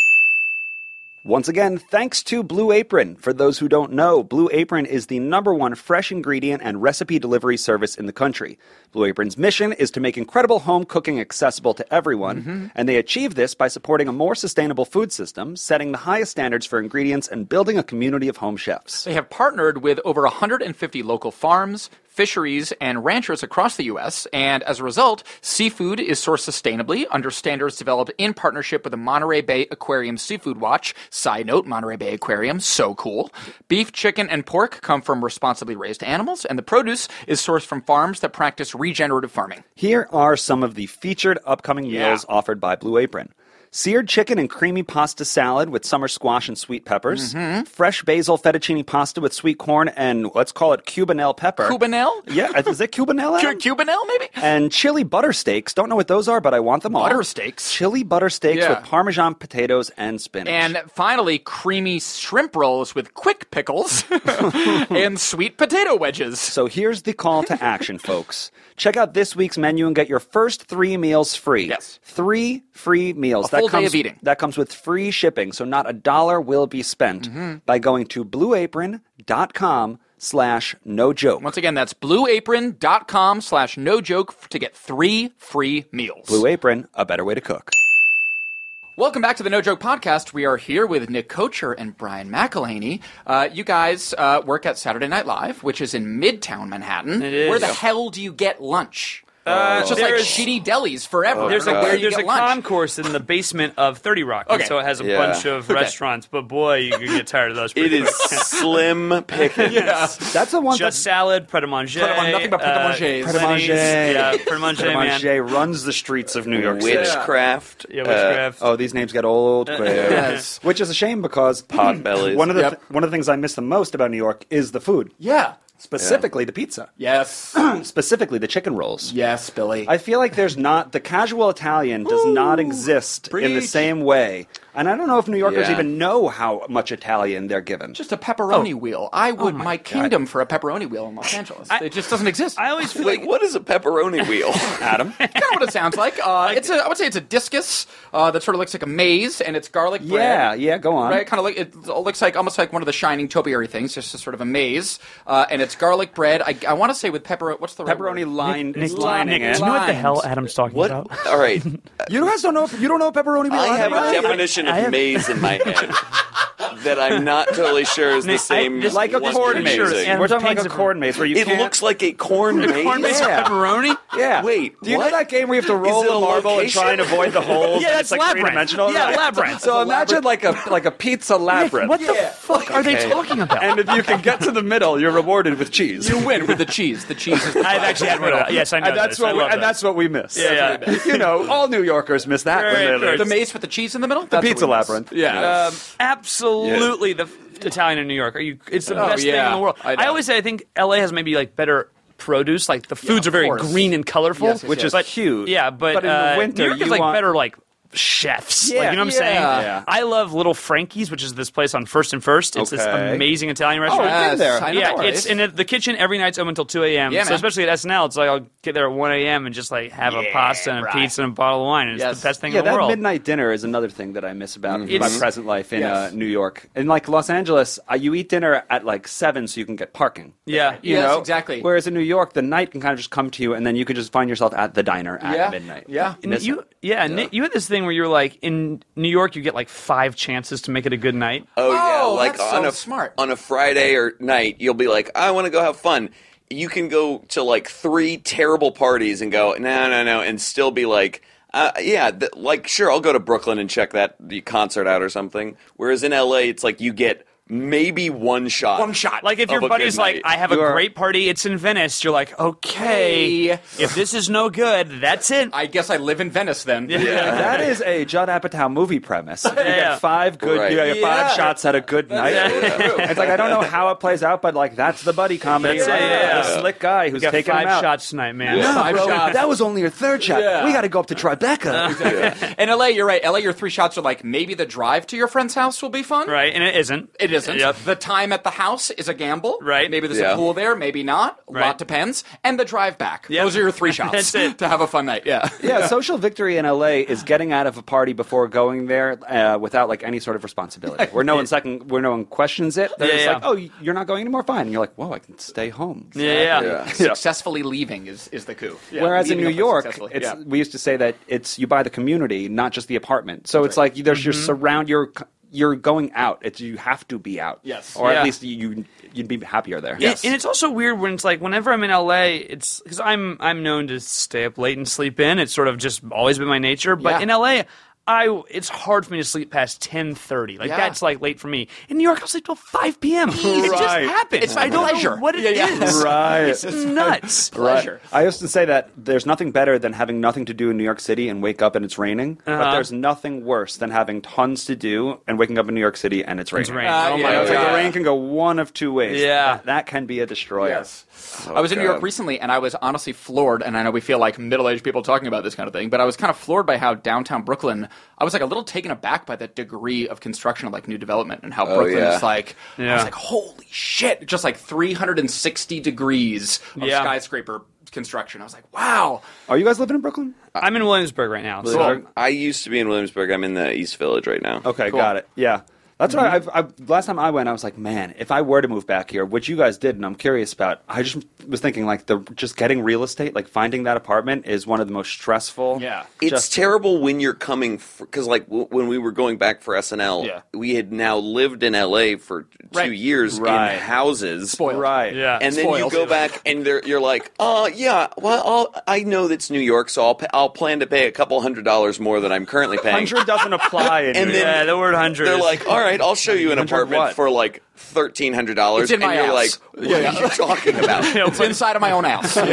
Speaker 3: Once again, thanks to Blue Apron. For those who don't know, Blue Apron is the number one fresh ingredient and recipe delivery service in the country. Blue Apron's mission is to make incredible home cooking accessible to everyone,
Speaker 2: Mm-hmm.
Speaker 3: and they achieve this by supporting a more sustainable food system, setting the highest standards for ingredients, and building a community of home chefs.
Speaker 2: They have partnered with over 150 local farms, fisheries, and ranchers across the U.S., and as a result, seafood is sourced sustainably under standards developed in partnership with the Monterey Bay Aquarium Seafood Watch. Side note, Monterey Bay Aquarium, so cool. Beef, chicken, and pork come from responsibly raised animals, and the produce is sourced from farms that practice regenerative farming.
Speaker 3: Here are some of the featured upcoming meals offered by Blue Apron. Seared chicken and creamy pasta salad with summer squash and sweet peppers.
Speaker 2: Mm-hmm.
Speaker 3: Fresh basil fettuccine pasta with sweet corn and let's call it Cubanelle pepper.
Speaker 2: Cubanelle?
Speaker 3: Yeah, is it Cubanelle? Adam?
Speaker 2: Cubanelle, maybe?
Speaker 3: and chili butter steaks. Don't know what those are, but I want them all.
Speaker 2: Butter steaks?
Speaker 3: Chili butter steaks
Speaker 2: Yeah.
Speaker 3: with Parmesan potatoes and spinach.
Speaker 2: And finally, creamy shrimp rolls with quick pickles and sweet potato wedges.
Speaker 3: So here's the call to action, folks. Check out this week's menu and get your first three meals free.
Speaker 2: Yes.
Speaker 3: Three free meals.
Speaker 2: A full day
Speaker 3: comes,
Speaker 2: of eating.
Speaker 3: That comes with free shipping, so not a dollar will be spent
Speaker 2: Mm-hmm.
Speaker 3: by going to blueapron.com slash no joke.
Speaker 2: Once again, that's blueapron.com slash no joke to get three free meals.
Speaker 3: Blue Apron, a better way to cook.
Speaker 2: Welcome back to the No Joke Podcast. We are here with Nick Kocher and Brian McElhaney. Uh, you guys uh, work at Saturday Night Live, which is in Midtown Manhattan.
Speaker 4: It is.
Speaker 2: Where the hell do you get lunch? it's just
Speaker 4: there
Speaker 2: like
Speaker 4: is-
Speaker 2: shitty delis forever.
Speaker 4: There's
Speaker 2: I
Speaker 4: a
Speaker 2: don't know where you
Speaker 4: there's
Speaker 2: get
Speaker 4: a
Speaker 2: lunch.
Speaker 4: concourse in the basement of Thirty Rock, and
Speaker 2: Okay.
Speaker 4: so it has a
Speaker 5: Yeah.
Speaker 4: bunch of restaurants. But boy, you can get tired of those.
Speaker 5: It
Speaker 4: pretty
Speaker 5: is slim pickings.
Speaker 3: That's the one
Speaker 4: Just
Speaker 3: that
Speaker 4: salad, pret a manger.
Speaker 2: Pret a mon- nothing but pret a
Speaker 4: uh,
Speaker 2: mangers.
Speaker 3: Pret a manger.
Speaker 4: Lenny's. Yeah, pret a manger, man.
Speaker 3: Manger runs the streets of New York City.
Speaker 5: Witchcraft.
Speaker 4: Yeah,
Speaker 5: uh,
Speaker 4: witchcraft.
Speaker 3: Oh, these names get old quick.
Speaker 2: Uh, Yes.
Speaker 3: Which is a shame because
Speaker 5: Potbellies.
Speaker 3: One of the
Speaker 2: Yep.
Speaker 3: one of the things I miss the most about New York is the food,
Speaker 2: Yeah.
Speaker 3: specifically the pizza,
Speaker 2: Yes.
Speaker 3: specifically the chicken rolls.
Speaker 2: yes, Billy.
Speaker 3: I feel like there's not the casual Italian does not exist in the
Speaker 2: Preach.
Speaker 3: same way. And I don't know if New Yorkers
Speaker 5: Yeah.
Speaker 3: even know how much Italian they're given.
Speaker 2: Just a pepperoni
Speaker 4: Oh.
Speaker 2: wheel. I would
Speaker 4: my
Speaker 2: my,
Speaker 4: God.
Speaker 2: kingdom for a pepperoni wheel in Los Angeles.
Speaker 4: I-
Speaker 2: it just doesn't exist.
Speaker 4: I always feel
Speaker 5: Wait,
Speaker 4: like
Speaker 5: uh, what is a pepperoni wheel?
Speaker 3: Adam.
Speaker 2: kind of what it sounds like. Uh, it's a, I would say it's a discus uh, that sort of looks like a maze, and it's garlic
Speaker 3: yeah,
Speaker 2: bread.
Speaker 3: yeah, go on.
Speaker 2: Right, kind of like it looks like almost like one of the shining topiary things, just a sort of a maze, uh, and it's garlic bread. I, I want to say with pepperoni. What's the right
Speaker 3: Pepperoni
Speaker 2: word?
Speaker 3: lined,
Speaker 4: Nick,
Speaker 3: is lining
Speaker 4: Nick,
Speaker 3: it.
Speaker 4: do you know what the hell
Speaker 2: Limes.
Speaker 4: Adam's talking
Speaker 5: What?
Speaker 4: about?
Speaker 5: All right,
Speaker 3: You guys don't know if you don't know what pepperoni means.
Speaker 5: I have
Speaker 3: Right?
Speaker 5: a definition
Speaker 4: I
Speaker 5: of
Speaker 4: have-
Speaker 5: maze in my head that I'm not totally sure is the
Speaker 4: Nick, I-
Speaker 5: same.
Speaker 4: this-
Speaker 3: like a
Speaker 5: one
Speaker 3: corn
Speaker 5: you're
Speaker 3: maze.
Speaker 4: sure it's
Speaker 5: using.
Speaker 4: animal
Speaker 3: We're talking like
Speaker 4: pigs
Speaker 3: a
Speaker 4: are-
Speaker 3: corn maze where you
Speaker 5: It
Speaker 3: can't-
Speaker 5: looks like a corn maze.
Speaker 4: Corn maze
Speaker 3: Yeah.
Speaker 4: pepperoni?
Speaker 3: Yeah.
Speaker 5: Wait,
Speaker 3: Do you
Speaker 5: what?
Speaker 3: know that game where you have to roll
Speaker 5: it
Speaker 3: the
Speaker 5: a
Speaker 3: marble and
Speaker 5: location?
Speaker 3: try and avoid the holes?
Speaker 4: Yeah,
Speaker 3: and
Speaker 4: that's
Speaker 3: it's like
Speaker 4: labyrinth.
Speaker 3: three-dimensional.
Speaker 4: Yeah,
Speaker 3: Right.
Speaker 4: labyrinth.
Speaker 3: So imagine like a like a pizza
Speaker 4: Nick,
Speaker 3: labyrinth.
Speaker 4: what the fuck are they
Speaker 5: Okay.
Speaker 4: talking about?
Speaker 3: and if you can get to the middle, you're rewarded with cheese.
Speaker 2: You win with the cheese. The cheese is the
Speaker 4: I've actually had one of those. Yes, I know.
Speaker 3: and that's
Speaker 4: this. I
Speaker 3: what we,
Speaker 4: love
Speaker 3: and
Speaker 4: that.
Speaker 3: that's what we miss.
Speaker 4: Yeah,
Speaker 3: That's what we miss. you know, all New Yorkers miss that
Speaker 4: Right,
Speaker 3: when they
Speaker 4: right.
Speaker 2: the
Speaker 3: leave.
Speaker 2: maze with the cheese in the middle.
Speaker 3: The
Speaker 2: That's what
Speaker 3: pizza
Speaker 2: we miss.
Speaker 3: labyrinth.
Speaker 2: Yeah.
Speaker 4: Um, absolutely, the f- Italian in New York. Are you? It's the
Speaker 2: Oh,
Speaker 4: best thing
Speaker 2: yeah.
Speaker 4: in the world.
Speaker 2: I know.
Speaker 4: I, always say I think L.A. has maybe like better produce. Like the foods are
Speaker 2: of
Speaker 4: very
Speaker 2: course.
Speaker 4: green and colorful,
Speaker 2: Yes, yes,
Speaker 3: Which yes. is
Speaker 4: but,
Speaker 3: huge.
Speaker 4: Yeah, but,
Speaker 3: But in the
Speaker 4: uh,
Speaker 3: winter,
Speaker 4: New York is
Speaker 3: you
Speaker 4: like
Speaker 3: want-
Speaker 4: better like chefs.
Speaker 3: Yeah,
Speaker 4: like, you know what I'm
Speaker 2: yeah.
Speaker 4: saying?
Speaker 3: Yeah.
Speaker 4: I love Little Frankie's, which is this place on First and First. It's
Speaker 3: Okay.
Speaker 4: this amazing Italian
Speaker 3: Oh,
Speaker 4: restaurant.
Speaker 3: we've been
Speaker 2: Yes,
Speaker 3: there.
Speaker 2: I know
Speaker 4: yeah,
Speaker 2: where it is.
Speaker 4: it's in the kitchen every night's open until 2 a.m.
Speaker 2: Yeah,
Speaker 4: so
Speaker 2: man.
Speaker 4: especially at SNL, it's like I'll get there at 1 a.m. and just like have a pasta and a pizza and a bottle of wine, and
Speaker 2: Yes.
Speaker 4: it's the best thing
Speaker 3: Yeah,
Speaker 4: in the
Speaker 3: that
Speaker 4: world. Mm-hmm.
Speaker 3: midnight dinner is another thing that I miss about my
Speaker 4: It's-
Speaker 3: present life in
Speaker 2: Yes.
Speaker 3: uh, New York. In like Los Angeles, uh, you eat dinner at like seven, so you can get parking.
Speaker 4: yeah,
Speaker 3: You
Speaker 2: Yes,
Speaker 3: know?
Speaker 2: exactly.
Speaker 3: Whereas in New York, the night can kind of just come to you, and then you could just find yourself at the diner at
Speaker 2: Yeah.
Speaker 3: midnight.
Speaker 2: Yeah.
Speaker 4: And
Speaker 3: Miss
Speaker 4: you,
Speaker 3: it.
Speaker 4: yeah, and you had this thing where you were like in New York, you get like five chances to make it a good night.
Speaker 5: Oh, yeah,
Speaker 2: Oh,
Speaker 5: like
Speaker 2: that's
Speaker 5: on
Speaker 2: so
Speaker 5: a
Speaker 2: smart.
Speaker 5: on a Friday or night, you'll be like, I want to go have fun. You can go to like three terrible parties and go no no no and still be like. Uh, yeah, th- like sure, I'll go to Brooklyn and check that the concert out or something. Whereas in LA, it's like you get maybe one shot.
Speaker 2: One shot.
Speaker 4: Like if
Speaker 5: Of
Speaker 4: your
Speaker 5: a
Speaker 4: buddy's
Speaker 5: good
Speaker 4: like,
Speaker 5: night.
Speaker 4: I have
Speaker 3: You
Speaker 4: a
Speaker 3: are-
Speaker 4: great party, it's in Venice. You're like, okay,
Speaker 2: Hey.
Speaker 4: if this is no good, that's it.
Speaker 2: I guess I live in Venice then.
Speaker 3: That is a Judd Apatow movie premise. You
Speaker 4: Yeah.
Speaker 3: get five good,
Speaker 5: Right.
Speaker 3: you get
Speaker 2: Yeah.
Speaker 3: five shots at a good night. It's like I don't know how it plays out, but like that's the buddy comedy.
Speaker 4: That's it,
Speaker 3: right there.
Speaker 4: yeah.
Speaker 3: The slick guy who's
Speaker 4: got
Speaker 3: taking
Speaker 4: five
Speaker 3: him out.
Speaker 4: shots tonight, man.
Speaker 3: No,
Speaker 2: Five
Speaker 3: bro,
Speaker 2: shots.
Speaker 3: that was only your third shot.
Speaker 2: Yeah.
Speaker 3: We got to go up to Tribeca.
Speaker 2: In LA, you're right. LA, your three shots are like maybe the drive to your friend's house will be fun.
Speaker 4: Right, and it isn't.
Speaker 2: It isn't.
Speaker 4: Yep.
Speaker 2: The time at the house is a gamble.
Speaker 4: Right.
Speaker 2: Maybe there's
Speaker 5: Yeah.
Speaker 2: a pool there, maybe not. A
Speaker 4: Right.
Speaker 2: lot depends. And the drive back.
Speaker 4: Yep.
Speaker 2: Those are your three shots
Speaker 4: That's it.
Speaker 2: to have a fun night. Yeah.
Speaker 3: Yeah, social victory in LA is getting out of a party before going there uh, without like any sort of responsibility. Where no one second, where no one questions it. They're
Speaker 4: Yeah,
Speaker 3: just
Speaker 4: yeah.
Speaker 3: like, "Oh, you're not going anymore, fine." And you're like, "Whoa, I can stay home."
Speaker 4: Yeah, yeah.
Speaker 5: Yeah.
Speaker 2: Successfully leaving is, is the coup. Yeah.
Speaker 3: Whereas in
Speaker 2: Leaving
Speaker 3: New
Speaker 2: a place
Speaker 3: York,
Speaker 2: successfully.
Speaker 3: it's,
Speaker 2: Yeah.
Speaker 3: we used to say that it's you buy the community, not just the apartment. So it's like there's
Speaker 4: Mm-hmm.
Speaker 3: you're surround you're you're going out. It's you have to be out.
Speaker 2: Yes.
Speaker 3: or
Speaker 4: Yeah.
Speaker 3: at least you you'd be happier there.
Speaker 4: And- And it's also weird when it's like whenever I'm in LA, it's because I'm I'm known to stay up late and sleep in. It's sort of just always been my nature. But
Speaker 2: Yeah.
Speaker 4: in LA, I it's hard for me to sleep past ten thirty. Like
Speaker 2: Yeah.
Speaker 4: that's like late for me. In New York, I'll sleep till five p.m. It just
Speaker 3: Right.
Speaker 4: happens.
Speaker 2: It's my
Speaker 4: I don't
Speaker 2: pleasure.
Speaker 4: know what it is.
Speaker 2: Yeah, yeah.
Speaker 3: Right.
Speaker 4: It's nuts.
Speaker 2: pleasure.
Speaker 3: I used to say that there's nothing better than having nothing to do in New York City and wake up and it's raining.
Speaker 4: Uh-huh.
Speaker 3: But there's nothing worse than having tons to do and waking up in New York City and it's raining.
Speaker 4: It's rain.
Speaker 2: Uh,
Speaker 4: oh my
Speaker 2: yeah.
Speaker 3: It's like
Speaker 2: Yeah.
Speaker 3: the rain can go one of two ways.
Speaker 4: Yeah.
Speaker 3: That, that can be a destroyer.
Speaker 2: Yes. I was in New York
Speaker 5: God.
Speaker 2: recently and I was honestly floored. And I know we feel like middle aged people talking about this kind of thing, but I was kind of floored by how downtown Brooklyn, I was like a little taken aback by the degree of construction of like new development and how
Speaker 3: Oh,
Speaker 2: Brooklyn
Speaker 5: yeah.
Speaker 2: is like, I
Speaker 4: Yeah.
Speaker 2: was like, holy shit, just like 360 degrees of
Speaker 4: Yeah.
Speaker 2: skyscraper construction. I was like, wow.
Speaker 3: Are you guys living in Brooklyn?
Speaker 4: I'm in Williamsburg right now. So
Speaker 5: Well, I used to be in Williamsburg. I'm in the East Village right now.
Speaker 3: Okay,
Speaker 2: Cool.
Speaker 3: got it. Yeah. That's what I,
Speaker 4: Mm-hmm.
Speaker 3: I've, I've, last time I went, I was like, man, if I were to move back here, which you guys did, and I'm curious about, I just was thinking like the just getting real estate, like finding that apartment is one of the most stressful.
Speaker 2: Yeah.
Speaker 5: It's
Speaker 3: just-
Speaker 5: terrible when you're coming because, like, w- when we were going back for SNL,
Speaker 2: Yeah.
Speaker 5: we had now lived in LA for two
Speaker 2: Right.
Speaker 5: years
Speaker 3: Right.
Speaker 5: in houses.
Speaker 2: Spoiled.
Speaker 3: Right.
Speaker 4: yeah,
Speaker 5: And then
Speaker 2: Spoiled.
Speaker 5: you go back and they're- you're like, oh yeah, well I'll, I know that's New York, so I'll pa- I'll plan to pay a couple hundred dollars more than I'm currently paying.
Speaker 3: Hundred doesn't apply in
Speaker 5: And
Speaker 3: New York.
Speaker 5: then
Speaker 4: yeah, the word hundred.
Speaker 5: They're like, all right, I'll show you an apartment
Speaker 3: what?
Speaker 5: for like thirteen hundred dollars,
Speaker 2: It's in
Speaker 5: and
Speaker 2: my
Speaker 5: you're like,
Speaker 2: ass.
Speaker 5: "What
Speaker 2: Yeah,
Speaker 5: are you talking about?"
Speaker 2: It's inside of my own house.
Speaker 5: like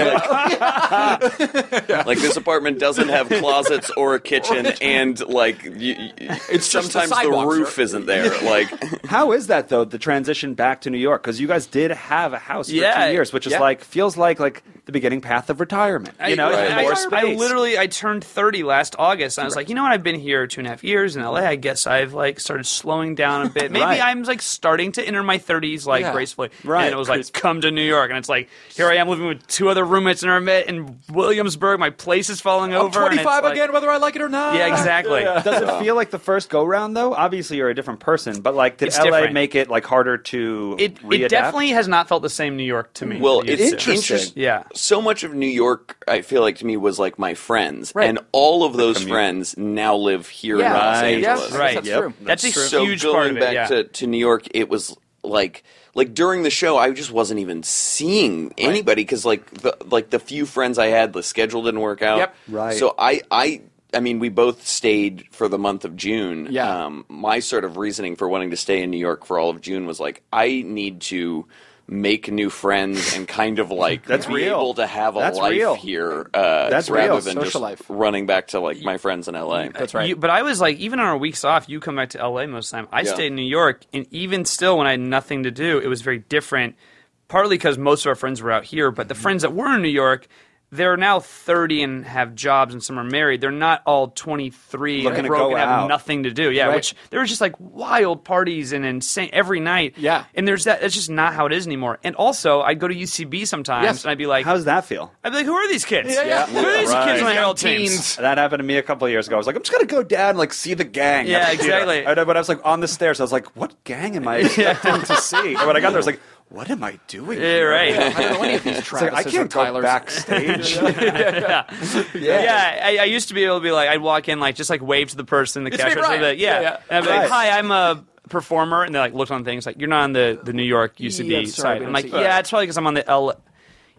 Speaker 5: this apartment doesn't have closets or a kitchen, and like you, it's
Speaker 2: It's just the
Speaker 5: sometimes the,
Speaker 2: sidewalks,
Speaker 5: roof
Speaker 2: right?
Speaker 5: isn't there. Like
Speaker 3: How is that though? The transition back to New York because you guys did have a house for
Speaker 4: Yeah,
Speaker 3: two years, which is
Speaker 4: yeah.
Speaker 3: like feels like like the beginning path of retirement. You know,
Speaker 4: I,
Speaker 5: right.
Speaker 3: you
Speaker 4: I,
Speaker 3: more
Speaker 4: I,
Speaker 3: space.
Speaker 4: I literally I turned 30 last August. And I was like, you know what? I've been here two and a half years in LA. I guess I've like started slowing down a bit. Maybe
Speaker 3: Right.
Speaker 4: I'm like starting to enter my 30s like
Speaker 2: Yeah.
Speaker 4: gracefully.
Speaker 3: Right.
Speaker 4: And it was like, come to New York, and it's like, here I am living with two other roommates in our met in Williamsburg. My place is falling
Speaker 2: I'm
Speaker 4: over. and it's
Speaker 2: 25
Speaker 4: like-
Speaker 2: again, whether I like it or not.
Speaker 4: Yeah, exactly.
Speaker 3: Does it feel like the first go round though? Obviously, you're a different person, but like, did
Speaker 4: It's
Speaker 3: LA
Speaker 4: different.
Speaker 3: make it like harder to
Speaker 4: It,
Speaker 3: readapt?
Speaker 4: it definitely has not felt the same New York to me.
Speaker 5: Well,
Speaker 4: that it
Speaker 5: it's
Speaker 4: used to.
Speaker 5: interesting.
Speaker 4: Yeah.
Speaker 5: So much of New York, I feel like to me was like my friends,
Speaker 2: Right.
Speaker 5: and all of those friends now live here in Los
Speaker 3: Right.
Speaker 5: Angeles.
Speaker 2: Yes,
Speaker 4: Right.
Speaker 2: That's
Speaker 3: Yep.
Speaker 2: true.
Speaker 4: That's, a
Speaker 5: so
Speaker 4: huge
Speaker 5: going
Speaker 4: part of it.
Speaker 5: back
Speaker 4: yeah.
Speaker 5: to, to New York, it was like like during the show, I just wasn't even seeing anybody because like the like the few friends I had, the schedule didn't work out.
Speaker 2: Yep.
Speaker 3: Right.
Speaker 5: So I I. I mean, we both stayed for the month of June.
Speaker 2: Yeah.
Speaker 5: Um, my sort of reasoning for wanting to stay in New York for all of June was like, I need to make new friends and kind of like
Speaker 3: That's
Speaker 5: be
Speaker 3: real.
Speaker 5: able to have a
Speaker 3: That's
Speaker 5: life
Speaker 3: real.
Speaker 5: here uh,
Speaker 3: That's
Speaker 5: rather
Speaker 3: real.
Speaker 5: than
Speaker 2: Social
Speaker 5: just
Speaker 2: life.
Speaker 5: running back to like my friends in LA.
Speaker 2: That's right.
Speaker 4: You, but I was like, even on our weeks off, you come back to LA most of the time. I
Speaker 5: Yeah.
Speaker 4: stayed in New York, and even still, when I had nothing to do, it was very different. Partly because most of our friends were out here, but
Speaker 2: Mm-hmm.
Speaker 4: the friends that were in New York, they're now 30 and have jobs, and some are married. They're not all 23
Speaker 3: Looking
Speaker 4: and
Speaker 3: to go
Speaker 4: broke and have
Speaker 3: out.
Speaker 4: nothing to do. Yeah,
Speaker 2: Right.
Speaker 4: which there was just like wild parties and insane every night.
Speaker 2: Yeah.
Speaker 4: and there's that. That's just not how it is anymore. And also, I'd go to UCB sometimes,
Speaker 2: Yes.
Speaker 4: and I'd be like,
Speaker 3: How does that feel?
Speaker 4: I'd be like, who are these kids?
Speaker 2: yeah.
Speaker 4: Who are these
Speaker 3: Right.
Speaker 4: kids on the
Speaker 2: Young
Speaker 4: Herald teams?
Speaker 2: teens.
Speaker 3: That happened to me a couple of years ago. I was like, I'm just gonna go down and like see the gang.
Speaker 4: Yeah,
Speaker 3: at the theater.
Speaker 4: exactly.
Speaker 3: I know, but I was like on the stairs. I was like, what gang am I expecting to see? And when I got there, I was like, what am I doing?
Speaker 4: Yeah,
Speaker 3: here?
Speaker 4: right.
Speaker 2: I don't know any of these
Speaker 3: It's like,
Speaker 2: Travises
Speaker 3: I
Speaker 2: or
Speaker 3: can't go
Speaker 2: Tylers.
Speaker 3: backstage.
Speaker 4: Yeah, I, I used to be able to be like, I'd walk in, like, just like wave to the person, the
Speaker 2: It's me,
Speaker 4: cashier,
Speaker 2: Brian.
Speaker 4: that,
Speaker 2: Yeah,
Speaker 4: yeah.
Speaker 2: yeah.
Speaker 4: And I'd be like,
Speaker 3: Right.
Speaker 4: hi, I'm a performer, and they like looked on things like, you're not on the, the New York UCB
Speaker 2: Yeah, sorry,
Speaker 4: side.
Speaker 2: we don't
Speaker 4: I'm like,
Speaker 2: see you.
Speaker 4: yeah, it's probably because I'm on the L.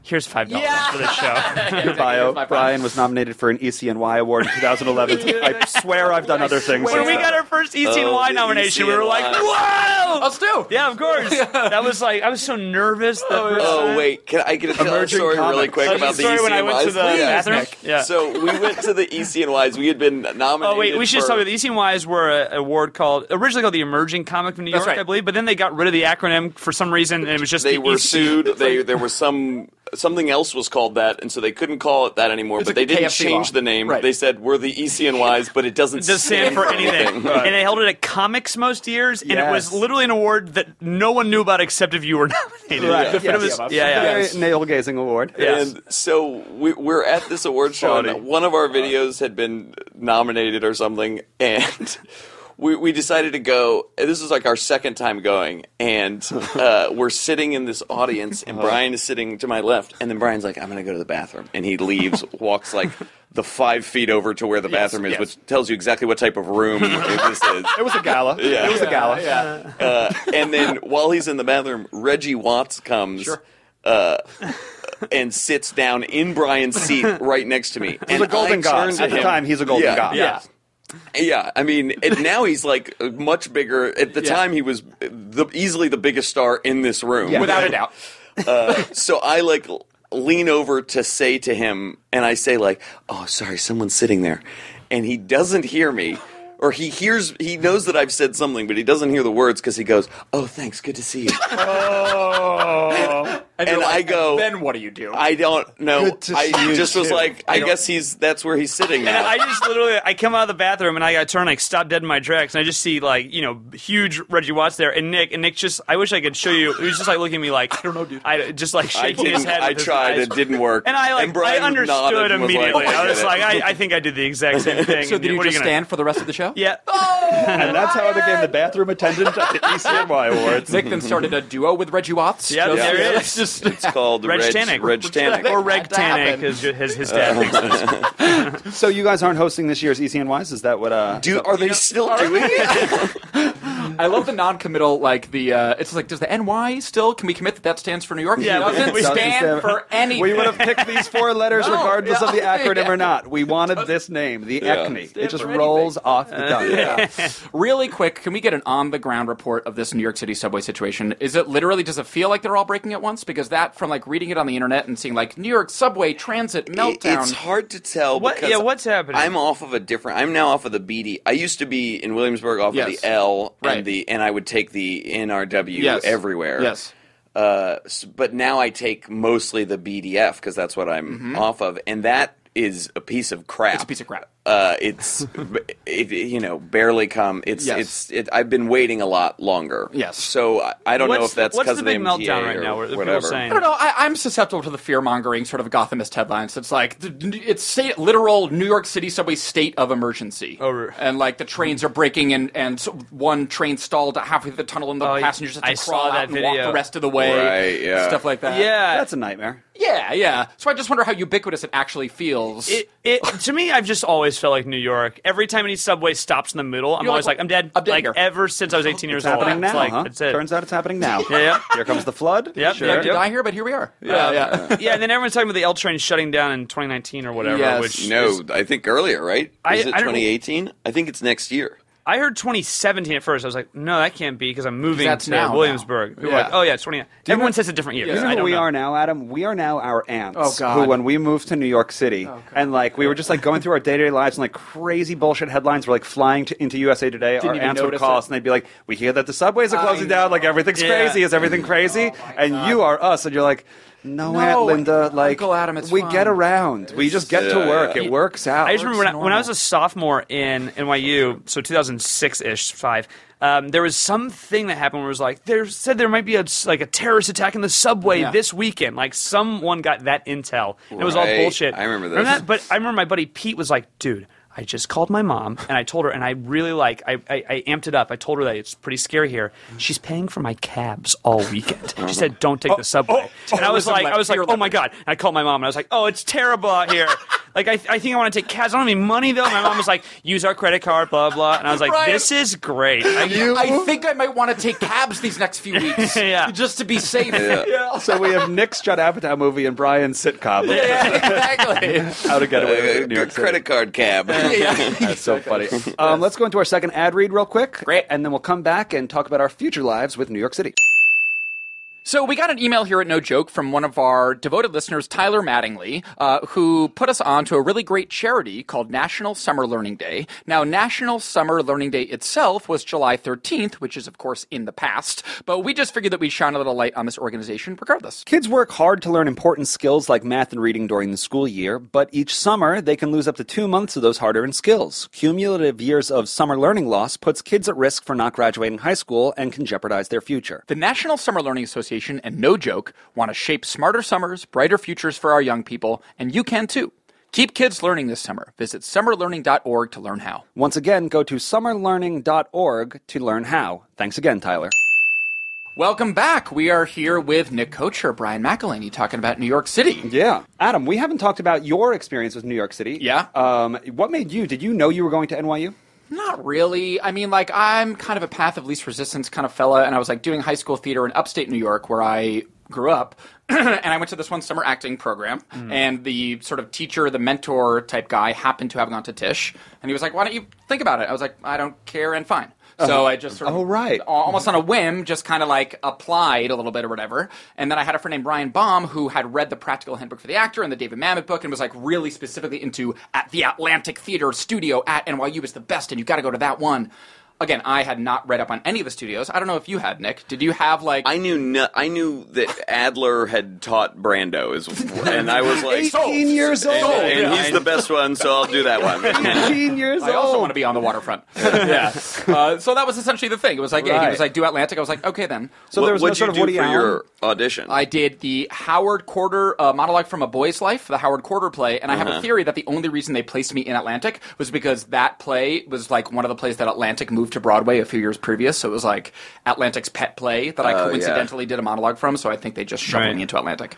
Speaker 4: Here's five dollars
Speaker 2: Yeah.
Speaker 4: for this show.
Speaker 3: Your bio.
Speaker 2: my
Speaker 3: Brian was nominated for an E ECNY award in 2011. I swear I've done other things.
Speaker 4: when
Speaker 3: since
Speaker 4: we
Speaker 3: then.
Speaker 4: got our first E ECNY
Speaker 5: Oh, the
Speaker 4: nomination, we were like,
Speaker 5: ECNY.
Speaker 4: whoa!
Speaker 2: Us too.
Speaker 4: yeah, of course. That was like, I was so nervous. The first
Speaker 5: Oh
Speaker 4: time.
Speaker 5: wait, can I get a tell a
Speaker 3: Emerging
Speaker 5: story really
Speaker 3: comics.
Speaker 5: quick
Speaker 4: Oh,
Speaker 5: about the E
Speaker 4: sorry,
Speaker 5: ECNYs?
Speaker 4: when I went to the
Speaker 5: please?
Speaker 4: bathroom?
Speaker 5: Nick.
Speaker 4: Yeah.
Speaker 5: So we went to the E ECNYs. We had been nominated.
Speaker 4: Oh wait, we should
Speaker 5: for,
Speaker 4: just talk about the ECNYs were an award called originally called the Emerging Comic of New York,
Speaker 2: right.
Speaker 4: I believe, but then they got rid of the acronym for some reason, and it was just
Speaker 5: They
Speaker 4: the E
Speaker 5: were
Speaker 4: EC.
Speaker 5: sued. They there was some something else was called that, and so they couldn't call it that anymore.
Speaker 2: It's
Speaker 5: but they
Speaker 2: like the
Speaker 5: didn't
Speaker 2: KFC
Speaker 5: change
Speaker 2: law.
Speaker 5: the name.
Speaker 2: Right.
Speaker 5: They said we're the E ECNYs, but it doesn't
Speaker 4: does stand for anything. and they held it at comics most years, and it was
Speaker 3: Yes.
Speaker 4: literally an award that no one knew about except if you were nominated.
Speaker 3: Right.
Speaker 4: But it
Speaker 3: Yes.
Speaker 4: was- yeah, yeah.
Speaker 3: Very Nail gazing award.
Speaker 5: And so we, we're at this award show,
Speaker 3: Funny.
Speaker 5: and one of our videos had been nominated or something, and we, we decided to go. and This is like our second time going, and uh, we're sitting in this audience, and
Speaker 2: Uh-huh.
Speaker 5: Brian is sitting to my left, and then Brian's like, "I'm going to go to the bathroom," and he leaves, walks like the five feet over to where the bathroom is,
Speaker 2: yes.
Speaker 5: which tells you exactly what type of room this is.
Speaker 3: It was a gala.
Speaker 5: Yeah.
Speaker 3: It was a gala.
Speaker 5: Uh, and then while he's in the bathroom, Reggie Watts comes. Uh, and sits down in Brian's seat right next to me.
Speaker 3: He's
Speaker 5: and
Speaker 3: a golden
Speaker 5: I
Speaker 3: god.
Speaker 5: turned to
Speaker 3: At the
Speaker 5: him.
Speaker 3: time, he's a golden
Speaker 5: yeah,
Speaker 3: god.
Speaker 4: Yeah.
Speaker 5: Yeah, I mean, and now he's like much bigger. At the
Speaker 2: Yeah.
Speaker 5: time, he was the, easily the biggest star in this room,
Speaker 3: Yeah.
Speaker 2: Without a doubt.
Speaker 5: Uh, so I like l- lean over to say to him, and I say like, "Oh, sorry, someone's sitting there," and he doesn't hear me. Or he hears, he knows that I've said something, but he doesn't hear the words because he goes, "Oh, thanks, good to see you."
Speaker 2: And, you're
Speaker 5: And I
Speaker 2: like,
Speaker 5: go-
Speaker 2: Then what do you do?
Speaker 5: I don't know.
Speaker 3: Good to
Speaker 5: I
Speaker 3: see you
Speaker 5: just was
Speaker 3: too.
Speaker 5: like, I,
Speaker 4: don't-
Speaker 5: guess he's that's where he's sitting
Speaker 4: And
Speaker 5: now.
Speaker 4: I just literally, I come out of the bathroom and I got turned, like stopped dead in my tracks, and I just see like you know huge Reggie Watts there, and Nick, and Nick just, I wish I could show you. He was just like looking at me like, I
Speaker 2: don't know, dude.
Speaker 4: I just like
Speaker 5: I
Speaker 4: shaking his
Speaker 5: didn't.
Speaker 4: head.
Speaker 5: I
Speaker 4: with his
Speaker 5: tried.
Speaker 4: eyes.
Speaker 5: It didn't work.
Speaker 4: And I like, I
Speaker 5: Brian nodded
Speaker 4: understoed
Speaker 5: and was like,
Speaker 4: immediately. I
Speaker 5: get
Speaker 4: was
Speaker 5: it.
Speaker 4: like, I, I think I did the exact same thing.
Speaker 2: so
Speaker 4: and
Speaker 2: did you
Speaker 4: what are
Speaker 2: just
Speaker 4: gonna-
Speaker 2: stand for the rest of the show?
Speaker 4: Yeah.
Speaker 3: And that's how I became the bathroom attendant at the E ECNY awards.
Speaker 2: Nick then started a duo with Reggie Watts.
Speaker 4: Yeah,
Speaker 2: Just-
Speaker 4: there it
Speaker 2: let's Just
Speaker 4: is.
Speaker 5: it's called
Speaker 4: Reg
Speaker 5: Reg
Speaker 4: Tannic.
Speaker 5: Reg Tannic.
Speaker 4: Or Reg
Speaker 2: That happened.
Speaker 4: Tannic, as his, his dad thinks it is.
Speaker 3: E So you guys aren't hosting this year's ECNYs? Is that what? Uh,
Speaker 5: Do are they still doing it?
Speaker 2: I love the non-committal, like the. Uh, it's like, does the NY still? Can we commit that that stands for New York?
Speaker 4: Yeah,
Speaker 2: it doesn't
Speaker 3: we-
Speaker 2: stand
Speaker 3: doesn't
Speaker 2: for
Speaker 3: stand-
Speaker 2: anything.
Speaker 3: We would have picked these four letters
Speaker 2: No,
Speaker 3: regardless
Speaker 2: yeah.
Speaker 3: of the acronym or not. We wanted this name, the
Speaker 5: Yeah.
Speaker 3: ECNI.
Speaker 2: Stand
Speaker 3: It just
Speaker 2: for anything.
Speaker 3: rolls off the tongue.
Speaker 2: Really quick, can we get an on-the-ground report of this New York City subway situation? Is it literally? Does it feel like they're all breaking at once? Because that, from like reading it on the internet and seeing like New York subway transit
Speaker 5: It-
Speaker 2: meltdown.
Speaker 5: It's hard to tell.
Speaker 4: What-
Speaker 5: because
Speaker 4: yeah, what's happening?
Speaker 5: I'm off of a different. I'm now off of the BD. I used to be in Williamsburg off
Speaker 2: Yes.
Speaker 5: of the L
Speaker 2: Right.
Speaker 5: and the, and I would take the NRW
Speaker 2: Yes.
Speaker 5: everywhere.
Speaker 2: Yes.
Speaker 5: Uh, s- but now I take mostly the BDF because that's what I'm
Speaker 4: Mm-hmm.
Speaker 5: off of, and that is a piece of crap.
Speaker 2: It's a piece of crap.
Speaker 5: Uh, it's it, it, you know barely come. It's
Speaker 2: Yes.
Speaker 5: it's it, I've been waiting a lot longer.
Speaker 2: Yes.
Speaker 5: So I, I don't know
Speaker 4: What's
Speaker 5: if that's
Speaker 4: the- what's
Speaker 5: because
Speaker 4: the
Speaker 5: of the
Speaker 4: big
Speaker 5: MTA
Speaker 4: meltdown right
Speaker 5: or
Speaker 4: now? Where the people are
Speaker 5: whatever.
Speaker 4: saying-
Speaker 2: I don't know. I, I'm susceptible to the fear mongering sort of Gothamist headlines. It's like the, it's state, literal New York City subway state of emergency,
Speaker 4: Oh, r-
Speaker 2: and like the trains are breaking, and and so one train stalled halfway through the tunnel, and the
Speaker 4: Oh,
Speaker 2: passengers have to
Speaker 4: I saw
Speaker 2: crawl
Speaker 4: that
Speaker 2: out and walk
Speaker 4: video.
Speaker 2: the rest of the way,
Speaker 5: Right, yeah.
Speaker 2: stuff like that.
Speaker 4: yeah,
Speaker 3: That's a nightmare.
Speaker 2: yeah, yeah. So I just wonder how ubiquitous it actually feels.
Speaker 4: It, it to me, I've just always felt like New York. Every time any subway stops in the middle, I'm
Speaker 2: You're
Speaker 4: always
Speaker 2: like,
Speaker 4: like, I'm dead.
Speaker 2: I'm dead
Speaker 4: like
Speaker 2: here.
Speaker 4: ever since I was 18 years
Speaker 3: It's
Speaker 4: old.
Speaker 3: happening
Speaker 4: it's
Speaker 3: now,
Speaker 4: like,
Speaker 3: huh?
Speaker 4: That's it.
Speaker 3: Turns out it's happening now.
Speaker 4: yeah.
Speaker 3: Here comes the flood.
Speaker 4: Yep,
Speaker 3: Sure.
Speaker 2: we have to
Speaker 4: yep.
Speaker 2: die here, but here we are. Yeah, yeah.
Speaker 4: yeah, and then everyone's talking about the L train shutting down in 2019 or whatever.
Speaker 2: Yes.
Speaker 4: Which
Speaker 5: No,
Speaker 4: is-
Speaker 5: I think earlier, right?
Speaker 4: I-
Speaker 5: Is it
Speaker 4: I don't-
Speaker 5: 2018? I think it's next year.
Speaker 4: I heard 2017 at first. I was like, no, that can't be because I'm moving
Speaker 2: 'Cause that's
Speaker 4: to
Speaker 2: now, now.
Speaker 4: Williamsburg. People
Speaker 2: Yeah.
Speaker 4: are like, oh yeah, it's 20. Everyone
Speaker 3: know-
Speaker 4: says a different year.
Speaker 2: Yeah.
Speaker 3: You know
Speaker 4: I
Speaker 3: who
Speaker 4: don't
Speaker 3: we
Speaker 4: know.
Speaker 3: are now, Adam? We are now our aunts.
Speaker 2: Oh, God. Oh,
Speaker 3: Who, when we moved to New York City, and like we were just like going through our day to day lives and like crazy bullshit headlines were like flying to, into USA Today. our
Speaker 2: even
Speaker 3: aunts would
Speaker 2: notice it.
Speaker 3: call us and they'd be like, "We hear that the subways are
Speaker 2: I Oh,
Speaker 3: closing down. Like everything's
Speaker 4: Yeah.
Speaker 3: crazy. Is everything crazy?" and you are us, and you're like. No,
Speaker 2: No,
Speaker 3: Aunt Linda. Like
Speaker 2: Uncle Adam, it's
Speaker 3: we
Speaker 2: fine.
Speaker 3: get around. we just get to
Speaker 5: Yeah,
Speaker 3: work.
Speaker 5: yeah.
Speaker 3: It works out.
Speaker 4: I just remember when I, when I
Speaker 2: normal.
Speaker 4: was a sophomore in NYU, so 2006 ish, five. Um, there was something that happened where it was like there said there might be a s- like a terrorist attack in the subway
Speaker 2: Yeah.
Speaker 4: this weekend. Like someone got that intel. And It was all
Speaker 5: Right.
Speaker 4: bullshit.
Speaker 5: I remember this.
Speaker 4: that? But I remember my buddy Pete was like, "Dude, I just called my mom and I told her, and I really like I, I, I amped it up. I told her that it's pretty scary here. She's paying for my cabs all weekend. She said, "Don't take the subway."
Speaker 2: oh,
Speaker 4: and I was
Speaker 2: listen,
Speaker 4: like,
Speaker 2: like,
Speaker 4: I was like,
Speaker 2: fear
Speaker 4: "Oh my god!" And I called my mom and I was like, "Oh, it's terrible out here." like I, I think I want to take cabs. I don't have any money though. My mom was like, "Use our credit card, blah blah." And I was like,
Speaker 2: Brian.
Speaker 4: "This is great." I,
Speaker 2: I think I might want to take cabs these next few weeks,
Speaker 4: Yeah.
Speaker 2: just to be safe.
Speaker 5: Uh,
Speaker 3: so we have Nick's Judd Apatow movie and Brian's sitcom.
Speaker 2: Yeah, exactly.
Speaker 3: How to get away with it
Speaker 5: Uh,
Speaker 3: in New York City.
Speaker 5: credit card cab.
Speaker 3: That's so funny. Um, Let's go into our second ad read real quick.
Speaker 2: Great.
Speaker 3: And then we'll come back and talk about our future lives with New York City.
Speaker 2: So we got an email here at No Joke from one of our devoted listeners, Tyler Mattingly, uh, who put us on to a really great charity called National Summer Learning Day. Now, National Summer Learning Day itself was July 13th, which is, of course, in the past, but we just figured that we'd shine a little light on this organization regardless.
Speaker 3: Kids work hard to learn important skills like math and reading during the school year, but each summer they can lose up to two months of those hard earned skills. Cumulative years of summer learning loss puts kids at risk for not graduating high school and can jeopardize their future.
Speaker 2: The National Summer Learning Association and No Joke want to shape smarter summers, brighter futures for our young people, and you can too. Keep kids learning this summer. Visit summerlearning.org to learn how.
Speaker 3: Once again, go to summerlearning.org to learn how. Thanks again, Tyler.
Speaker 2: Welcome back. We are here with Nick Kocher, Brian McElhaney, talking about New York City.
Speaker 3: Yeah. Adam, we haven't talked about your experience with New York City.
Speaker 2: Yeah.
Speaker 3: Um, what made you? Did you know you were going to NYU?
Speaker 2: Not really. I mean, like, I'm kind of a path of least resistance kind of fella, and I was like doing high school theater in upstate New York where I grew up. and I went to this one summer acting program,
Speaker 3: Mm.
Speaker 2: and the sort of teacher, the mentor type guy happened to have gone to Tish, and he was like, Why don't you think about it? I was like, I don't care, and fine. So I just sort of
Speaker 3: Oh, right.
Speaker 2: al- almost on a whim, just kind of like applied a little bit or whatever. And then I had a friend named Brian Baum who had read the Practical Handbook for the Actor and the David Mamet book and was like really specifically into at the Atlantic Theater Studio at NYU is the best and you got to go to that one. Again, I had not read up on any of the studios. I don't know if you had, Nick. Did you have like?
Speaker 5: I knew no, I knew that Adler had taught Brando, is, and I was like,
Speaker 3: 18 years old.
Speaker 5: and, and he's the best one, so I'll do that one.
Speaker 3: 18 years
Speaker 2: I also
Speaker 3: old.
Speaker 2: want to be on the waterfront. yeah. Uh, so that was essentially the thing. It was like, yeah, he
Speaker 3: Right.
Speaker 2: was like, do Atlantic. I was like, okay, then.
Speaker 3: so there was no
Speaker 5: What'd
Speaker 3: sort
Speaker 5: you
Speaker 3: of
Speaker 5: do
Speaker 3: Woody
Speaker 5: for
Speaker 3: Allen.
Speaker 5: your audition?
Speaker 2: I did the Howard Quarter uh, monologue from A Boy's Life, the Howard Quarter play, and I
Speaker 3: Uh-huh.
Speaker 2: have a theory that the only reason they placed me in Atlantic was because that play was like one of the plays that Atlantic moved to Broadway a few years previous, so it was like Atlantic's pet play that I
Speaker 5: Oh, yeah.
Speaker 2: coincidentally did a monologue from. So I think they just shoveled
Speaker 4: Right.
Speaker 2: me into Atlantic.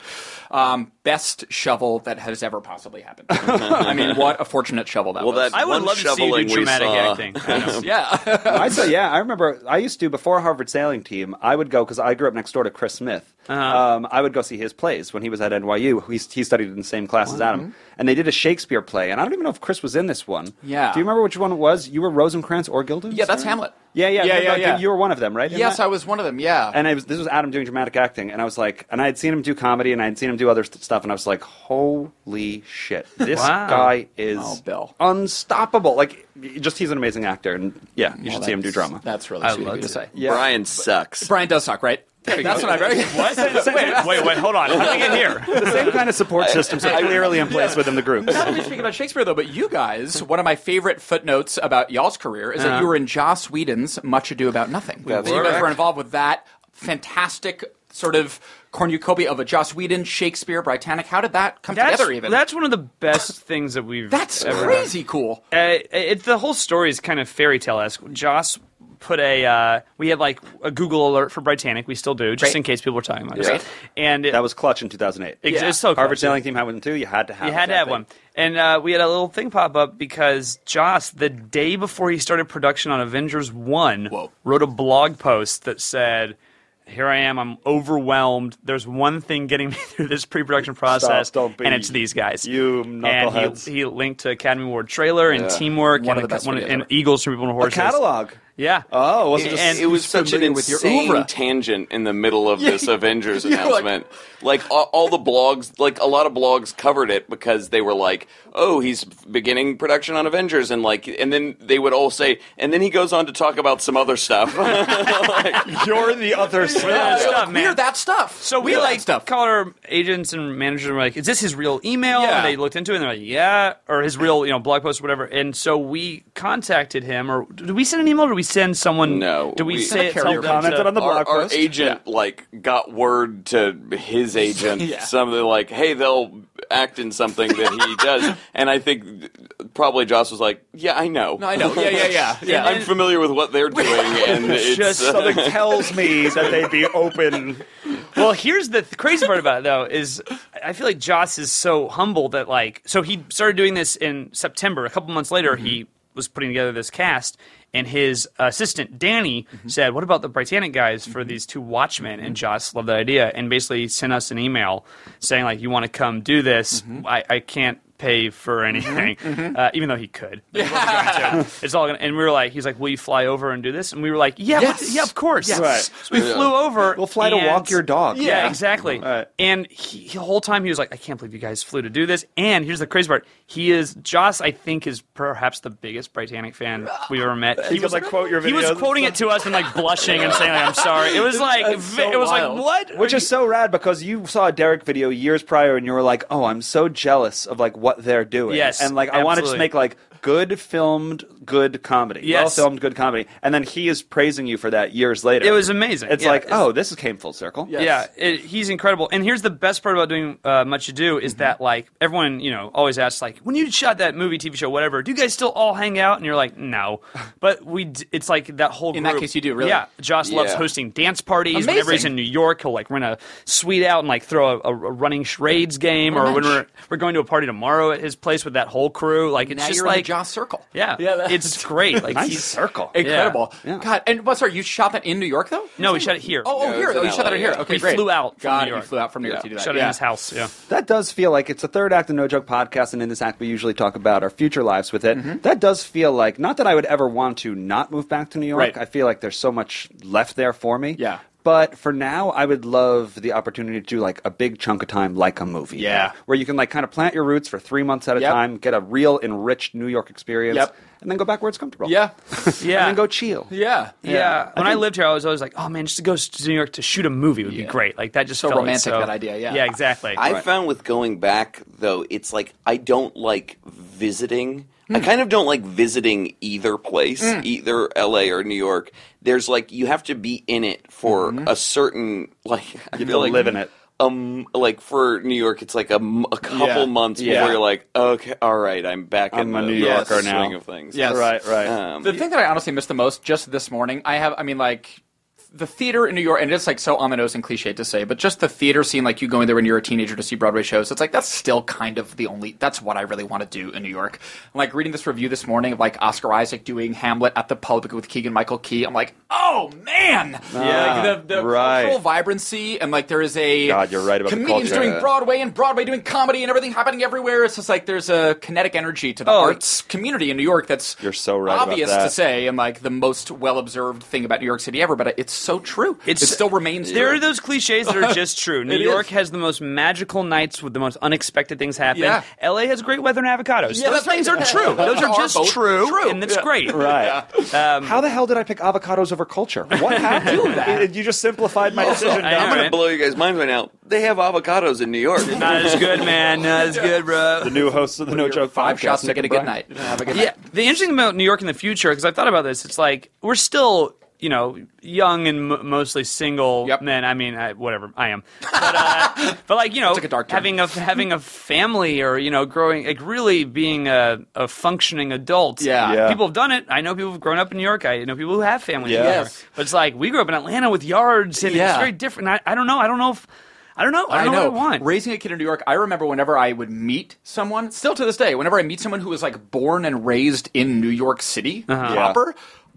Speaker 2: Um, best shovel that has ever possibly happened. I mean, what a fortunate shovel that
Speaker 5: Well,
Speaker 2: was.
Speaker 5: that
Speaker 4: I would
Speaker 5: one
Speaker 4: love to see you
Speaker 5: shoveling
Speaker 4: do
Speaker 5: we
Speaker 4: dramatic
Speaker 5: saw-
Speaker 4: acting. I know.
Speaker 2: yeah.
Speaker 3: I say, yeah, I remember. I used to before Harvard sailing team. I would go because I grew up next door to Chris Smith.
Speaker 2: Uh-huh.
Speaker 3: Um, I would go see his plays when he was at NYU. He, he studied in the same class as Adam, and they did a Shakespeare play. And I don't even know if Chris was in this one.
Speaker 2: Yeah.
Speaker 3: Do you remember which one it was? You were Rosencrantz or Guildenstern?
Speaker 2: Yeah, that's Hamlet.
Speaker 3: Yeah, yeah,
Speaker 2: Yeah, yeah,
Speaker 3: like,
Speaker 2: yeah.
Speaker 3: You were one of them, right? in
Speaker 2: Yes,
Speaker 3: that?
Speaker 2: I was one of them. Yeah.
Speaker 3: And I was, this was Adam doing dramatic acting, and I was like, and I had seen him do comedy, and I had seen him do other st- stuff, and I was like, holy shit, this
Speaker 4: Wow.
Speaker 3: guy is
Speaker 2: Oh, Bill.
Speaker 3: unstoppable. Like, y- just he's an amazing actor, and yeah, you
Speaker 2: Well,
Speaker 3: should see him do
Speaker 2: that's-
Speaker 3: drama.
Speaker 2: That's really
Speaker 4: I
Speaker 2: sweet of you
Speaker 4: loved
Speaker 2: to
Speaker 4: it.
Speaker 2: say.
Speaker 3: Yeah.
Speaker 5: Brian sucks.
Speaker 2: Brian does suck, right? That's what I very.
Speaker 4: What? wait, wait, wait, hold on. How did we get here?
Speaker 3: the same kind of support systems are clearly in place within the group.
Speaker 2: Not that we speak about Shakespeare, though, but you guys, one of my favorite footnotes about y'all's career is
Speaker 4: Uh-huh.
Speaker 2: that you were in Joss Whedon's Much Ado About Nothing.
Speaker 5: That's
Speaker 2: you guys
Speaker 5: correct.
Speaker 2: were involved with that fantastic sort of cornucopia of a Joss Whedon, Shakespeare, Britannic. How did that come
Speaker 4: That's,
Speaker 2: together, even?
Speaker 4: that's one of the best things that we've.
Speaker 2: That's
Speaker 4: ever done.
Speaker 2: crazy cool.
Speaker 4: uh, it, the whole story is kind of fairy tale esque. Joss put a uh, we had like a Google alert for Britannic. We still do, just
Speaker 2: Great.
Speaker 4: in case people were talking about
Speaker 5: Yeah.
Speaker 4: it. And it,
Speaker 3: That was clutch in 2008.
Speaker 4: Ex-
Speaker 2: Yeah.
Speaker 4: it's so
Speaker 3: Harvard
Speaker 4: clutch.
Speaker 3: sailing team had one too. You had to have.
Speaker 4: You had
Speaker 3: that
Speaker 4: to have
Speaker 3: thing.
Speaker 4: one, and uh, we had a little thing pop up because Joss, the day before he started production on Avengers One,
Speaker 2: Whoa.
Speaker 4: wrote a blog post that said. Here I am. I'm overwhelmed. There's one thing getting me through this pre-production process,
Speaker 3: don't be-
Speaker 4: and it's these guys.
Speaker 3: You
Speaker 4: And
Speaker 3: knuckleheads.
Speaker 4: he, he linked to Academy Award trailer and
Speaker 5: Yeah.
Speaker 4: teamwork
Speaker 2: One of
Speaker 4: and,
Speaker 2: the
Speaker 4: a-
Speaker 2: best
Speaker 4: one of-
Speaker 2: videos
Speaker 4: and
Speaker 2: ever.
Speaker 4: Eagles for People on
Speaker 3: A
Speaker 4: Horses.
Speaker 3: catalog.
Speaker 4: Yeah.
Speaker 3: Oh, was
Speaker 5: It,
Speaker 3: it
Speaker 5: was-
Speaker 4: and
Speaker 5: it was such an
Speaker 2: familiar with your
Speaker 5: insane
Speaker 2: oeuvre.
Speaker 5: tangent in the middle of this
Speaker 2: Yeah.
Speaker 5: Avengers
Speaker 2: Yeah, like-
Speaker 5: announcement. Like, all, all the blogs, like a lot of blogs covered it because they were like, "Oh, he's beginning production on Avengers," and like, and then they would all say, and then he goes on to talk about some other stuff. Like,
Speaker 3: you're the other
Speaker 4: that
Speaker 3: side.
Speaker 4: stuff,
Speaker 2: Like,
Speaker 4: man.
Speaker 2: We're that stuff.
Speaker 4: So we
Speaker 2: We're that
Speaker 4: like
Speaker 2: stuff.
Speaker 4: call our agents and managers and we're like, is this his real email?
Speaker 2: Yeah.
Speaker 4: And they looked into it and they're like, yeah, or his real you know blog post or whatever. And so we contacted him, or did we send an email? Or did we send someone?
Speaker 5: No,
Speaker 4: Did we,
Speaker 5: we-
Speaker 4: say
Speaker 2: Carrier
Speaker 4: tell them
Speaker 3: commented
Speaker 4: to-
Speaker 3: on the
Speaker 5: our,
Speaker 3: blog
Speaker 5: our
Speaker 3: post.
Speaker 5: agent like got word to his agent
Speaker 2: Yeah.
Speaker 5: something like, "Hey, they'll act in something that he does," and I think th- probably Joss was like, "Yeah, I know."
Speaker 2: No, I know. Yeah, yeah, yeah. yeah.
Speaker 5: I'm familiar with what they're doing, and it's
Speaker 4: Just
Speaker 5: uh,
Speaker 3: Something tells me that they'd be open.
Speaker 4: Well, here's the th- crazy part about it though is I feel like Joss is so humble that like so he started doing this in September. A couple months later, he was putting together this cast, and his assistant Danny
Speaker 3: Mm-hmm.
Speaker 4: said, "What about the Britannic guys for these two Watchmen?" And Joss loved that idea and basically sent us an email saying like, "You want to come do this?
Speaker 3: Mm-hmm.
Speaker 4: I, I can't." Pay for anything, Uh, even though he could. But he wasn't going to. It's all gonna, and we were like, he's like, will you fly over and do this? And we were like, yeah, what the-
Speaker 2: Yes.
Speaker 4: yeah, of course.
Speaker 2: Yes.
Speaker 3: Right.
Speaker 4: So we flew over.
Speaker 3: We'll fly to
Speaker 4: and-
Speaker 3: walk your dog.
Speaker 4: Yeah,
Speaker 3: Yeah.
Speaker 4: exactly.
Speaker 3: Right.
Speaker 4: And he, the whole time he was like, I can't believe you guys flew to do this. And here's the crazy part: he is Joss. I think is perhaps the biggest Britannic fan we've ever met. He
Speaker 3: could, like, quote your
Speaker 4: He was
Speaker 3: videos and
Speaker 4: quoting it to us and like blushing and saying, like, "I'm sorry." It was like
Speaker 2: That's so
Speaker 4: it was
Speaker 2: wild.
Speaker 4: like what?
Speaker 3: Which
Speaker 4: Are
Speaker 3: is so rad because you saw a Derek video years prior and you were like, "Oh, I'm so jealous of like what they're doing."
Speaker 4: Yes,
Speaker 3: and like I want to just
Speaker 4: absolutely.
Speaker 3: make like good filmed, good comedy,
Speaker 4: Yes.
Speaker 3: well filmed, good comedy, and then he is praising you for that years later.
Speaker 4: It was amazing.
Speaker 3: It's
Speaker 4: Yeah,
Speaker 3: like,
Speaker 4: it's-
Speaker 3: oh, this came full circle.
Speaker 2: Yeah.
Speaker 4: Yeah,
Speaker 2: Yes.
Speaker 4: it, he's incredible. And here's the best part about doing uh, Much Ado is
Speaker 2: Mm-hmm.
Speaker 4: that like everyone you know always asks like when you shot that movie, TV show, whatever, do you guys still all hang out? And you're like, no, but we. D- it's like that whole.
Speaker 2: In that
Speaker 4: group.
Speaker 2: case, you do, really.
Speaker 4: Yeah, Josh loves
Speaker 5: Yeah.
Speaker 4: hosting dance parties. Whenever he's
Speaker 2: Amazing.
Speaker 4: in New York, he'll like rent a suite out and like throw a, a, a running charades game.
Speaker 2: Oh,
Speaker 4: or when
Speaker 2: nice.
Speaker 4: we're we're going to a party tomorrow at his place with that whole crew. Like it's
Speaker 2: now
Speaker 4: just
Speaker 2: you're in
Speaker 4: like
Speaker 2: the Joss circle.
Speaker 4: Yeah,
Speaker 2: that-
Speaker 4: it's great. Like
Speaker 3: nice
Speaker 4: he's
Speaker 3: circle.
Speaker 2: incredible.
Speaker 3: Yeah.
Speaker 2: God, and what? Sorry, you shot that in New York though?
Speaker 4: No, we shot it here.
Speaker 2: Oh, oh,
Speaker 5: Yeah, it
Speaker 2: here.
Speaker 5: was
Speaker 2: Oh,
Speaker 5: in
Speaker 2: you shot that
Speaker 5: LA,
Speaker 2: here.
Speaker 5: yeah.
Speaker 2: Okay,
Speaker 4: We
Speaker 2: great.
Speaker 4: flew out from
Speaker 2: God,
Speaker 4: New
Speaker 2: you
Speaker 4: York.
Speaker 2: flew out from New York
Speaker 5: Yeah.
Speaker 2: to do that.
Speaker 4: shut
Speaker 2: yeah.
Speaker 4: in his house. Yeah.
Speaker 3: that does feel like it's the third act of No Joke podcast, and in this act we usually talk about our future lives with it.
Speaker 2: Mm-hmm.
Speaker 3: That does feel like not that I would ever want to not move back to New York.
Speaker 2: Right.
Speaker 3: I feel like there's so much left there for me.
Speaker 2: Yeah.
Speaker 3: But for now, I would love the opportunity to do like a big chunk of time, like a movie.
Speaker 2: Yeah.
Speaker 3: Where you can like kind of plant your roots for three months at a
Speaker 2: Yep.
Speaker 3: time, get a real enriched New York experience,
Speaker 2: Yep.
Speaker 3: and then go back where it's comfortable.
Speaker 2: Yeah.
Speaker 4: Yeah.
Speaker 3: And then go chill.
Speaker 2: Yeah.
Speaker 4: Yeah. When I, lived here, I was always like, oh man, just to go to New York to shoot a movie would
Speaker 2: Yeah.
Speaker 4: be great. Like that just
Speaker 2: So
Speaker 4: felt
Speaker 2: romantic,
Speaker 4: so-
Speaker 2: that idea, yeah.
Speaker 4: Yeah, exactly.
Speaker 5: I
Speaker 4: Right.
Speaker 5: found with going back though, it's like I don't like visiting. I kind of don't like visiting either place,
Speaker 3: Mm.
Speaker 5: either LA or New York. There's like you have to be in it for a certain like I
Speaker 3: Mm-hmm. You
Speaker 5: feel
Speaker 3: have to
Speaker 5: like
Speaker 3: live in it.
Speaker 5: um like for New York, it's like a, m- a couple
Speaker 3: Yeah.
Speaker 5: months
Speaker 3: Yeah.
Speaker 5: before you're like, okay, all right, I'm back
Speaker 3: I'm
Speaker 5: in
Speaker 3: a
Speaker 5: the
Speaker 3: New Yorker
Speaker 5: swing
Speaker 3: now.
Speaker 5: of things.
Speaker 2: Yes.
Speaker 3: Right, right. Uh,
Speaker 5: Um,
Speaker 2: The thing that I honestly missed the most just this morning, I have, I mean, like, the theater in New York, and it's like so on the nose and cliche to say, but just the theater scene, like you going there when you're a teenager to see Broadway shows, it's like that's still kind of the only, that's what I really want to do in New York. I'm like reading this review this morning of like Oscar Isaac doing Hamlet at the Public with Keegan Michael Key. I'm like, oh man!
Speaker 3: Yeah,
Speaker 2: Like, the the
Speaker 3: Ah, right.
Speaker 2: cultural vibrancy, and like there is a.
Speaker 3: God, you're right about the
Speaker 2: Comedians
Speaker 3: culture.
Speaker 2: doing Broadway and Broadway doing comedy and everything happening everywhere. It's just like there's a kinetic energy to the
Speaker 3: Oh,
Speaker 2: arts community in New York that's
Speaker 3: You're so right about
Speaker 2: obvious
Speaker 3: that.
Speaker 2: to say and like the most well observed thing about New York City ever, but it's so true.
Speaker 4: It's-
Speaker 2: it still remains
Speaker 4: There
Speaker 2: true.
Speaker 4: are those cliches that are just true. New
Speaker 2: It
Speaker 4: York
Speaker 2: is.
Speaker 4: has the most magical nights with the most unexpected things happen.
Speaker 2: Yeah.
Speaker 4: LA has great weather and avocados.
Speaker 2: Yeah,
Speaker 4: those
Speaker 2: that's-
Speaker 4: things are true. Those are
Speaker 2: Are
Speaker 4: just
Speaker 2: both
Speaker 4: true,
Speaker 2: true.
Speaker 4: and that's
Speaker 2: Yeah.
Speaker 4: great.
Speaker 3: Right.
Speaker 2: Um,
Speaker 3: How the hell did I pick avocados over culture? What happened?
Speaker 2: do that. Oh,
Speaker 3: You just simplified my decision.
Speaker 4: I know,
Speaker 5: I'm gonna
Speaker 4: right?
Speaker 5: blow you guys' minds right now. They have avocados in New York.
Speaker 4: Not as good, man. Not as good, bro.
Speaker 3: The new host of the No Joke
Speaker 2: five
Speaker 3: podcast,
Speaker 2: shots to
Speaker 3: Nick
Speaker 2: get a
Speaker 3: and
Speaker 2: good
Speaker 3: Brian.
Speaker 2: night. Have a good
Speaker 4: yeah,
Speaker 2: night.
Speaker 4: the interesting thing about New York in the future, because I've thought about this, it's like we're still, you know, young and m- mostly single
Speaker 2: Yep.
Speaker 4: men. I mean, I, whatever, I am. But, uh, but like, you know,
Speaker 2: took a dark turn.
Speaker 4: having a having a family or you know, growing like really being a, a functioning adult.
Speaker 2: Yeah.
Speaker 3: Yeah.
Speaker 4: people have done it. I know people who've grown up in New York. I know people who have families. in
Speaker 3: Yeah.
Speaker 4: New York.
Speaker 2: Yes.
Speaker 4: but it's like we grew up in Atlanta with yards, and
Speaker 2: Yeah.
Speaker 4: it's very different. I, I don't know. I don't know if I don't know. I don't know, what I want.
Speaker 2: Raising a kid in New York, I remember whenever I would meet someone, still to this day, whenever I meet someone who was like born and raised in New York City
Speaker 4: Uh-huh.
Speaker 2: proper,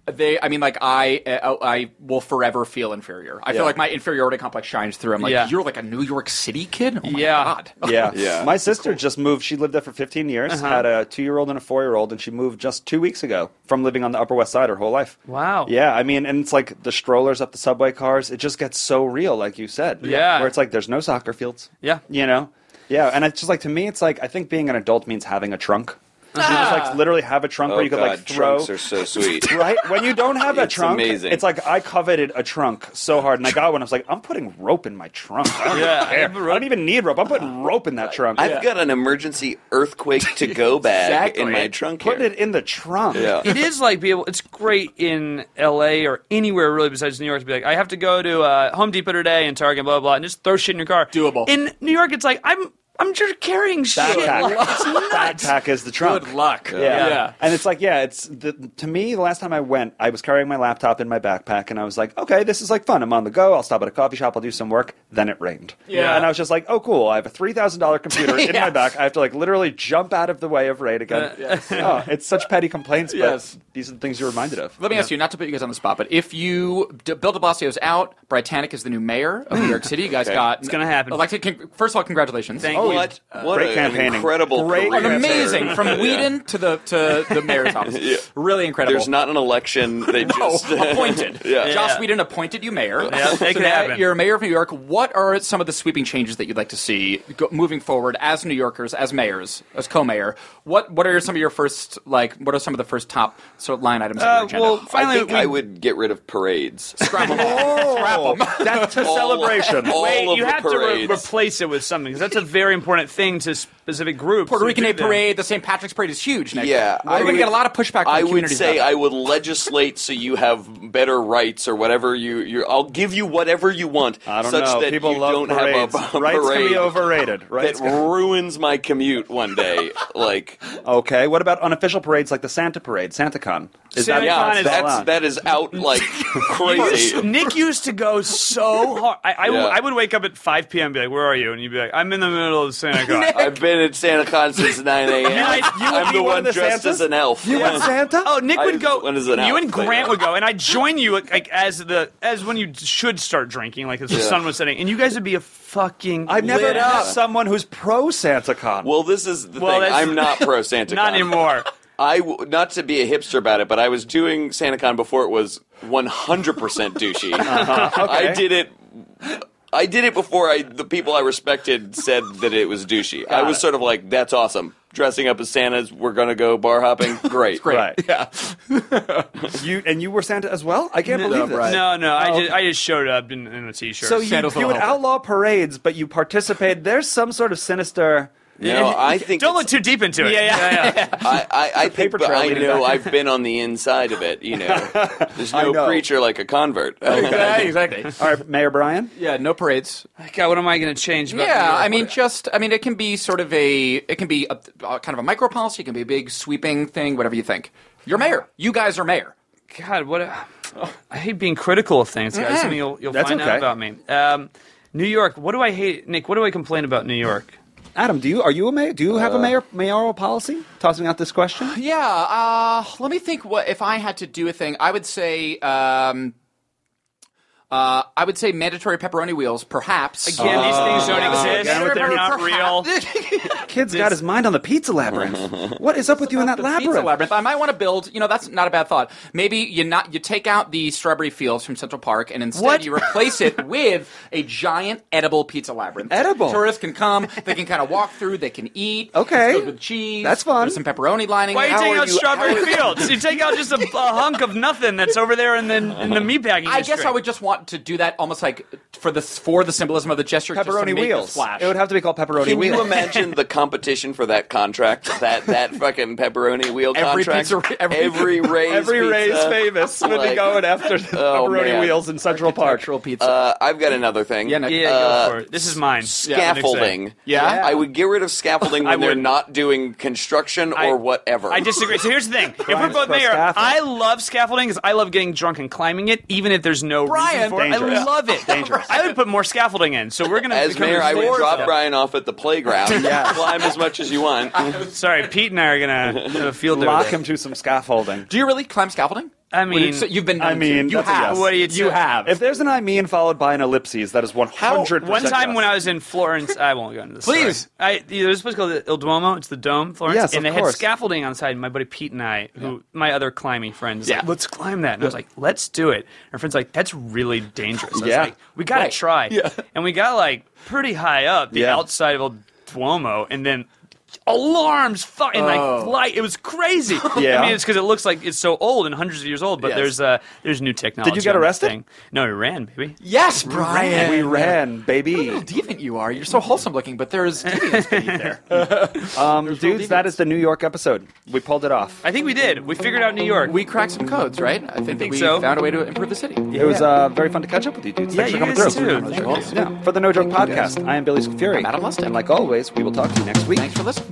Speaker 2: they, I mean, like I, uh, I will forever feel inferior. I
Speaker 3: Yeah.
Speaker 2: feel like my inferiority complex shines through. I'm like,
Speaker 4: Yeah.
Speaker 2: you're like a New York City kid. Oh my
Speaker 4: Yeah.
Speaker 2: god.
Speaker 3: Yeah.
Speaker 5: Yeah.
Speaker 3: My sister just moved. She lived there for 15 years,
Speaker 2: Uh-huh.
Speaker 3: had a two year old and a four year old, and she moved just two weeks ago from living on the Upper West Side her whole life.
Speaker 4: Wow.
Speaker 3: Yeah. I mean, and it's like the strollers up the subway cars. It just gets so real, like you said.
Speaker 4: Yeah.
Speaker 3: Where it's like there's no soccer fields.
Speaker 4: Yeah.
Speaker 3: You know? Yeah. And it's just like, to me, it's like, I think being an adult means having a trunk. You
Speaker 2: Ah.
Speaker 3: just like literally have a trunk
Speaker 5: Oh
Speaker 3: where you could
Speaker 5: god,
Speaker 3: like throw.
Speaker 5: trunks are so sweet.
Speaker 3: Right when you don't have a
Speaker 5: It's
Speaker 3: trunk,
Speaker 5: amazing.
Speaker 3: it's like I coveted a trunk so hard, and I got one. I was like, I'm putting rope in my trunk. I don't
Speaker 4: Yeah.
Speaker 3: even care. I don't even need rope. I'm putting rope in that trunk.
Speaker 5: I've got an emergency earthquake to go bag in
Speaker 2: Exactly.
Speaker 5: my trunk
Speaker 3: Put
Speaker 5: here.
Speaker 3: it in the trunk.
Speaker 5: yeah.
Speaker 4: it is like be able. It's great in L.A. or anywhere really besides New York to be like, I have to go to uh, Home Depot today and Target, blah, blah blah, and just throw shit in your car.
Speaker 2: Doable.
Speaker 4: In New York, it's like I'm I'm just carrying shit.
Speaker 3: Backpack.
Speaker 4: Like, it's nuts.
Speaker 3: Backpack is the trunk.
Speaker 2: Good luck.
Speaker 3: Yeah.
Speaker 2: yeah.
Speaker 3: and it's like, yeah, it's the, to me. The last time I went, I was carrying my laptop in my backpack, and I was like, okay, this is like fun. I'm on the go. I'll stop at a coffee shop. I'll do some work. Then it rained.
Speaker 2: Yeah.
Speaker 3: and I was just like, oh, cool. I have a three thousand dollar computer in my
Speaker 2: Yes.
Speaker 3: back. I have to like literally jump out of the way of rain again. oh, it's such petty complaints, but
Speaker 2: Yes.
Speaker 3: these are the things you're reminded of.
Speaker 2: Let me ask you, not to put you guys on the spot, but if you D- Bill De Blasio's out, Britannic is the new mayor of New York City. You guys
Speaker 5: Okay.
Speaker 2: got
Speaker 4: It's gonna happen.
Speaker 2: Elected. Con- first of all, congratulations.
Speaker 4: Thank Oh, you.
Speaker 5: What? What
Speaker 3: Great
Speaker 5: a-
Speaker 3: campaigning.
Speaker 5: an incredible
Speaker 3: Great
Speaker 5: career.
Speaker 2: An amazing from Whedon to the to the mayor's office. Really incredible. Oh,
Speaker 5: There's not an election. They just uh,
Speaker 2: appointed.
Speaker 5: yeah.
Speaker 2: Josh
Speaker 4: Yeah.
Speaker 2: Whedon appointed you mayor.
Speaker 4: Yeah,
Speaker 2: so
Speaker 4: make it
Speaker 2: now
Speaker 4: happen.
Speaker 2: You're mayor of New York. What are some of the sweeping changes that you'd like to see go- moving forward as New Yorkers, as mayors, as co-mayor? What What are some of your first like? What are some of the first top sort of line items on your
Speaker 4: Uh,
Speaker 2: agenda?
Speaker 4: well,
Speaker 5: I
Speaker 4: finally,
Speaker 5: think
Speaker 4: we-
Speaker 5: I would get rid of parades.
Speaker 2: Scrabble.
Speaker 3: That's a
Speaker 5: All-
Speaker 3: celebration.
Speaker 5: all
Speaker 4: Wait,
Speaker 5: of
Speaker 4: you
Speaker 5: the
Speaker 4: have
Speaker 5: parades.
Speaker 4: to re- replace it with something 'cause that's a very important thing to specific groups.
Speaker 2: Puerto
Speaker 4: who
Speaker 2: Rican
Speaker 4: do
Speaker 2: Day
Speaker 4: that.
Speaker 2: Parade, the St. Patrick's Parade is huge next
Speaker 5: Yeah,
Speaker 2: year. We're
Speaker 5: I
Speaker 2: going to
Speaker 5: would-
Speaker 2: get a lot of pushback from
Speaker 5: I
Speaker 2: the
Speaker 5: would
Speaker 2: communities
Speaker 5: say
Speaker 2: about
Speaker 5: I
Speaker 2: that.
Speaker 5: would legislate so you have better rights or whatever you. you I'll give you whatever you want.
Speaker 3: I don't
Speaker 5: such
Speaker 3: know.
Speaker 5: that
Speaker 3: People
Speaker 5: you
Speaker 3: love
Speaker 5: don't
Speaker 3: parades.
Speaker 5: have a, a
Speaker 3: Rights can
Speaker 5: parade
Speaker 3: be overrated. Right?
Speaker 5: that ruins my commute one day. like,
Speaker 3: Okay. What about unofficial parades like the Santa Parade, SantaCon? Is
Speaker 4: Santa Con
Speaker 5: yeah,
Speaker 4: is
Speaker 5: that's
Speaker 3: allowed?
Speaker 5: that is out like crazy.
Speaker 4: Nick used to go so hard. I, I,
Speaker 5: Yeah.
Speaker 4: I would wake up at 5 p.m. and be like, "Where are you?" And you'd be like, "I'm in the middle of Santa Claus."
Speaker 5: I've been at Santa Con since 9 a.m. I'm
Speaker 3: be
Speaker 5: the
Speaker 3: one
Speaker 5: one
Speaker 3: of the
Speaker 5: dressed
Speaker 3: Santas?
Speaker 5: as an elf.
Speaker 3: You want Santa?
Speaker 4: Oh, Nick
Speaker 5: I-
Speaker 4: would go.
Speaker 5: when is it
Speaker 4: you
Speaker 5: out?
Speaker 4: and Grant would go, and I'd join you like as the as when you should start drinking, like as the
Speaker 5: Yeah.
Speaker 4: sun was setting, and you guys would be a fucking.
Speaker 3: I've never
Speaker 4: lit
Speaker 3: met
Speaker 4: up.
Speaker 3: someone who's pro SantaCon.
Speaker 5: Well, this is the
Speaker 4: Well,
Speaker 5: thing.
Speaker 4: that's-
Speaker 5: I'm not pro Santa.
Speaker 4: Not
Speaker 5: Con.
Speaker 4: anymore.
Speaker 5: I w- not to be a hipster about it, but I was doing SantaCon before it was 100 percent douchey. I did it. I did it before I the people I respected said that it was douchey. I was sort of like, "That's awesome." Dressing up as Santas, we're gonna go bar hopping. Great.
Speaker 2: great.
Speaker 3: right? Yeah. you and you were Santa as well. I can't believe this.
Speaker 4: No, no, I just I just showed up in, in a t-shirt.
Speaker 3: So you,
Speaker 2: Santa's
Speaker 3: you would
Speaker 2: little helper.
Speaker 3: outlaw parades, but you participated. There's some sort of sinister.
Speaker 5: No, I think
Speaker 4: Don't look
Speaker 5: it's-
Speaker 4: too deep into it.
Speaker 2: Yeah, yeah.
Speaker 5: I, I, I think,
Speaker 3: paper
Speaker 5: but
Speaker 3: trail
Speaker 5: I
Speaker 3: leading
Speaker 5: know
Speaker 3: back.
Speaker 5: I've been on the inside of it. You know, there's no
Speaker 3: know.
Speaker 5: preacher like a convert.
Speaker 2: exactly.
Speaker 3: All right, Mayor Brian.
Speaker 2: Yeah, no parades.
Speaker 4: God, what am I going to change? About New
Speaker 2: Yeah,
Speaker 4: York?
Speaker 2: I mean, just I mean, it can be sort of a it can be a, a kind of a micro policy. It can be a big sweeping thing. Whatever you think. You're mayor. You guys are mayor.
Speaker 4: God, what? A, I hate being critical of things, guys. Something you'll, you'll
Speaker 3: That's
Speaker 4: find out
Speaker 3: okay.
Speaker 4: about me. Um, New York. What do I hate, Nick? What do I complain about New York?
Speaker 3: Adam, do you are you a mayor? Do you have a mayor mayoral policy? Tossing out this question.
Speaker 2: Yeah. Uh, let me think. What if I had to do a thing? I would say. Um, uh, I would say mandatory pepperoni wheels, perhaps.
Speaker 4: Again, these things don't
Speaker 2: Uh,
Speaker 4: exist.
Speaker 2: again with
Speaker 4: They're
Speaker 2: the-
Speaker 4: not real.
Speaker 3: Kid's got his mind on the pizza labyrinth. what is up with you in that labyrinth?
Speaker 2: Pizza labyrinth. I might want to build. You know, that's not a bad thought. Maybe you not you take out the strawberry fields from Central Park, and instead
Speaker 4: What?
Speaker 2: you replace it with a giant edible pizza labyrinth.
Speaker 3: Edible.
Speaker 2: Tourists can come. They can kind of walk through. They can eat.
Speaker 3: Okay.
Speaker 2: It's filled with cheese.
Speaker 3: That's fun.
Speaker 2: There's some pepperoni lining.
Speaker 4: Why are you
Speaker 2: How
Speaker 4: taking
Speaker 2: are
Speaker 4: out
Speaker 2: you-
Speaker 4: Strawberry Fields? You take out just a, a hunk of nothing that's over there in the in the meatpacking.
Speaker 2: Uh-huh. I guess
Speaker 4: district.
Speaker 2: I would just want to do that almost like for the for the symbolism of the gesture. just to
Speaker 3: pepperoni
Speaker 2: make it
Speaker 3: wheels.
Speaker 2: splash.
Speaker 3: It would have to be called pepperoni
Speaker 5: Can
Speaker 3: wheels.
Speaker 5: you imagine the competition for that contract? That that fucking pepperoni wheel
Speaker 2: Every
Speaker 5: contract.
Speaker 2: pizza- every-
Speaker 5: every raise,
Speaker 3: Every
Speaker 5: pizza,
Speaker 3: Ray's famous would be
Speaker 5: like,
Speaker 3: going after the
Speaker 5: oh,
Speaker 3: pepperoni
Speaker 5: man.
Speaker 3: wheels in Central Park.
Speaker 2: Architectural pizza.
Speaker 5: Uh, I've got another thing.
Speaker 2: Yeah, no-
Speaker 4: Yeah,
Speaker 5: Uh,
Speaker 4: go for it. This is mine. Yeah, next thing.
Speaker 5: Scaffolding.
Speaker 2: Yeah. Yeah.
Speaker 5: I would get rid of scaffolding
Speaker 4: I
Speaker 5: when they're
Speaker 4: wouldn't.
Speaker 5: not doing construction
Speaker 4: I-
Speaker 5: or whatever.
Speaker 4: I disagree. So here's the thing: if we're
Speaker 3: Brian's
Speaker 4: both
Speaker 3: pro
Speaker 4: mayor,
Speaker 3: scaffolding.
Speaker 4: I love scaffolding because I love getting drunk and climbing it, even if there's no
Speaker 2: Brian,
Speaker 4: reason for it. I
Speaker 3: dangerous.
Speaker 4: love it. Dangerous. I would put more scaffolding in. So we're gonna
Speaker 5: as
Speaker 4: become
Speaker 5: mayor, I would
Speaker 4: four of
Speaker 5: drop
Speaker 4: them.
Speaker 5: Brian off at the playground.
Speaker 3: Yes.
Speaker 5: Climb as much as you want.
Speaker 4: Sorry, Pete and I are gonna have a field day
Speaker 3: Lock
Speaker 4: with it.
Speaker 3: him to some scaffolding.
Speaker 2: do you really climb scaffolding?
Speaker 4: I
Speaker 2: Would you-
Speaker 4: mean-
Speaker 2: so you've been.
Speaker 3: I
Speaker 2: known to.
Speaker 3: mean,
Speaker 2: you
Speaker 3: that's a
Speaker 2: have.
Speaker 3: yes.
Speaker 4: What do you do?
Speaker 2: have.
Speaker 3: If therean I mean followed by an ellipses, that is one hundred.
Speaker 4: One time when I was in Florence, I won't go into this.
Speaker 2: Please.
Speaker 4: sorry. I, there's a place called the Il Duomo. It's the dome, Florence.
Speaker 3: Yes,
Speaker 4: and
Speaker 3: of
Speaker 4: they had
Speaker 3: course.
Speaker 4: scaffolding on the side. And my buddy Pete and I, who my other climbing friends,
Speaker 2: Yeah.
Speaker 4: like, let's climb that. And I was like, let's do it. Our friend's like, that's really dangerous. I was
Speaker 3: Yeah.
Speaker 4: like, we gotta
Speaker 2: Right.
Speaker 4: try.
Speaker 2: Yeah.
Speaker 4: And we got like pretty high up, the
Speaker 3: Yeah.
Speaker 4: outside of Il Duomo, and then. Alarms, fu- and like
Speaker 2: Oh.
Speaker 4: flight. It was crazy.
Speaker 3: Yeah.
Speaker 4: I mean, it's because it looks like it's so old and hundreds of years old. But
Speaker 2: Yes.
Speaker 4: there's uh, there's new technology.
Speaker 3: get
Speaker 4: on this
Speaker 3: arrested?
Speaker 4: Thing. No, we ran, baby.
Speaker 2: Yes, Brian.
Speaker 3: we ran,
Speaker 2: How
Speaker 3: baby.
Speaker 2: deviant you are. You're so wholesome looking, but there's deviance beneath there.
Speaker 3: Um, dudes, that is the New York episode. We pulled it off.
Speaker 4: I think we did. We figured out New York.
Speaker 2: We cracked some codes, right? I think, that we
Speaker 4: so.
Speaker 2: found a way to improve the city.
Speaker 3: It was uh, very fun to catch up with you, dudes.
Speaker 4: Yeah,
Speaker 3: Thanks
Speaker 4: you
Speaker 3: for coming
Speaker 4: guys
Speaker 3: through.
Speaker 4: too. Thank you.
Speaker 3: Yeah. For the No Joke Podcast, I am Billy Scafuri.
Speaker 2: I'm Adam Lustig.
Speaker 3: And like always, we will talk to you next week.
Speaker 2: Thanks for listening.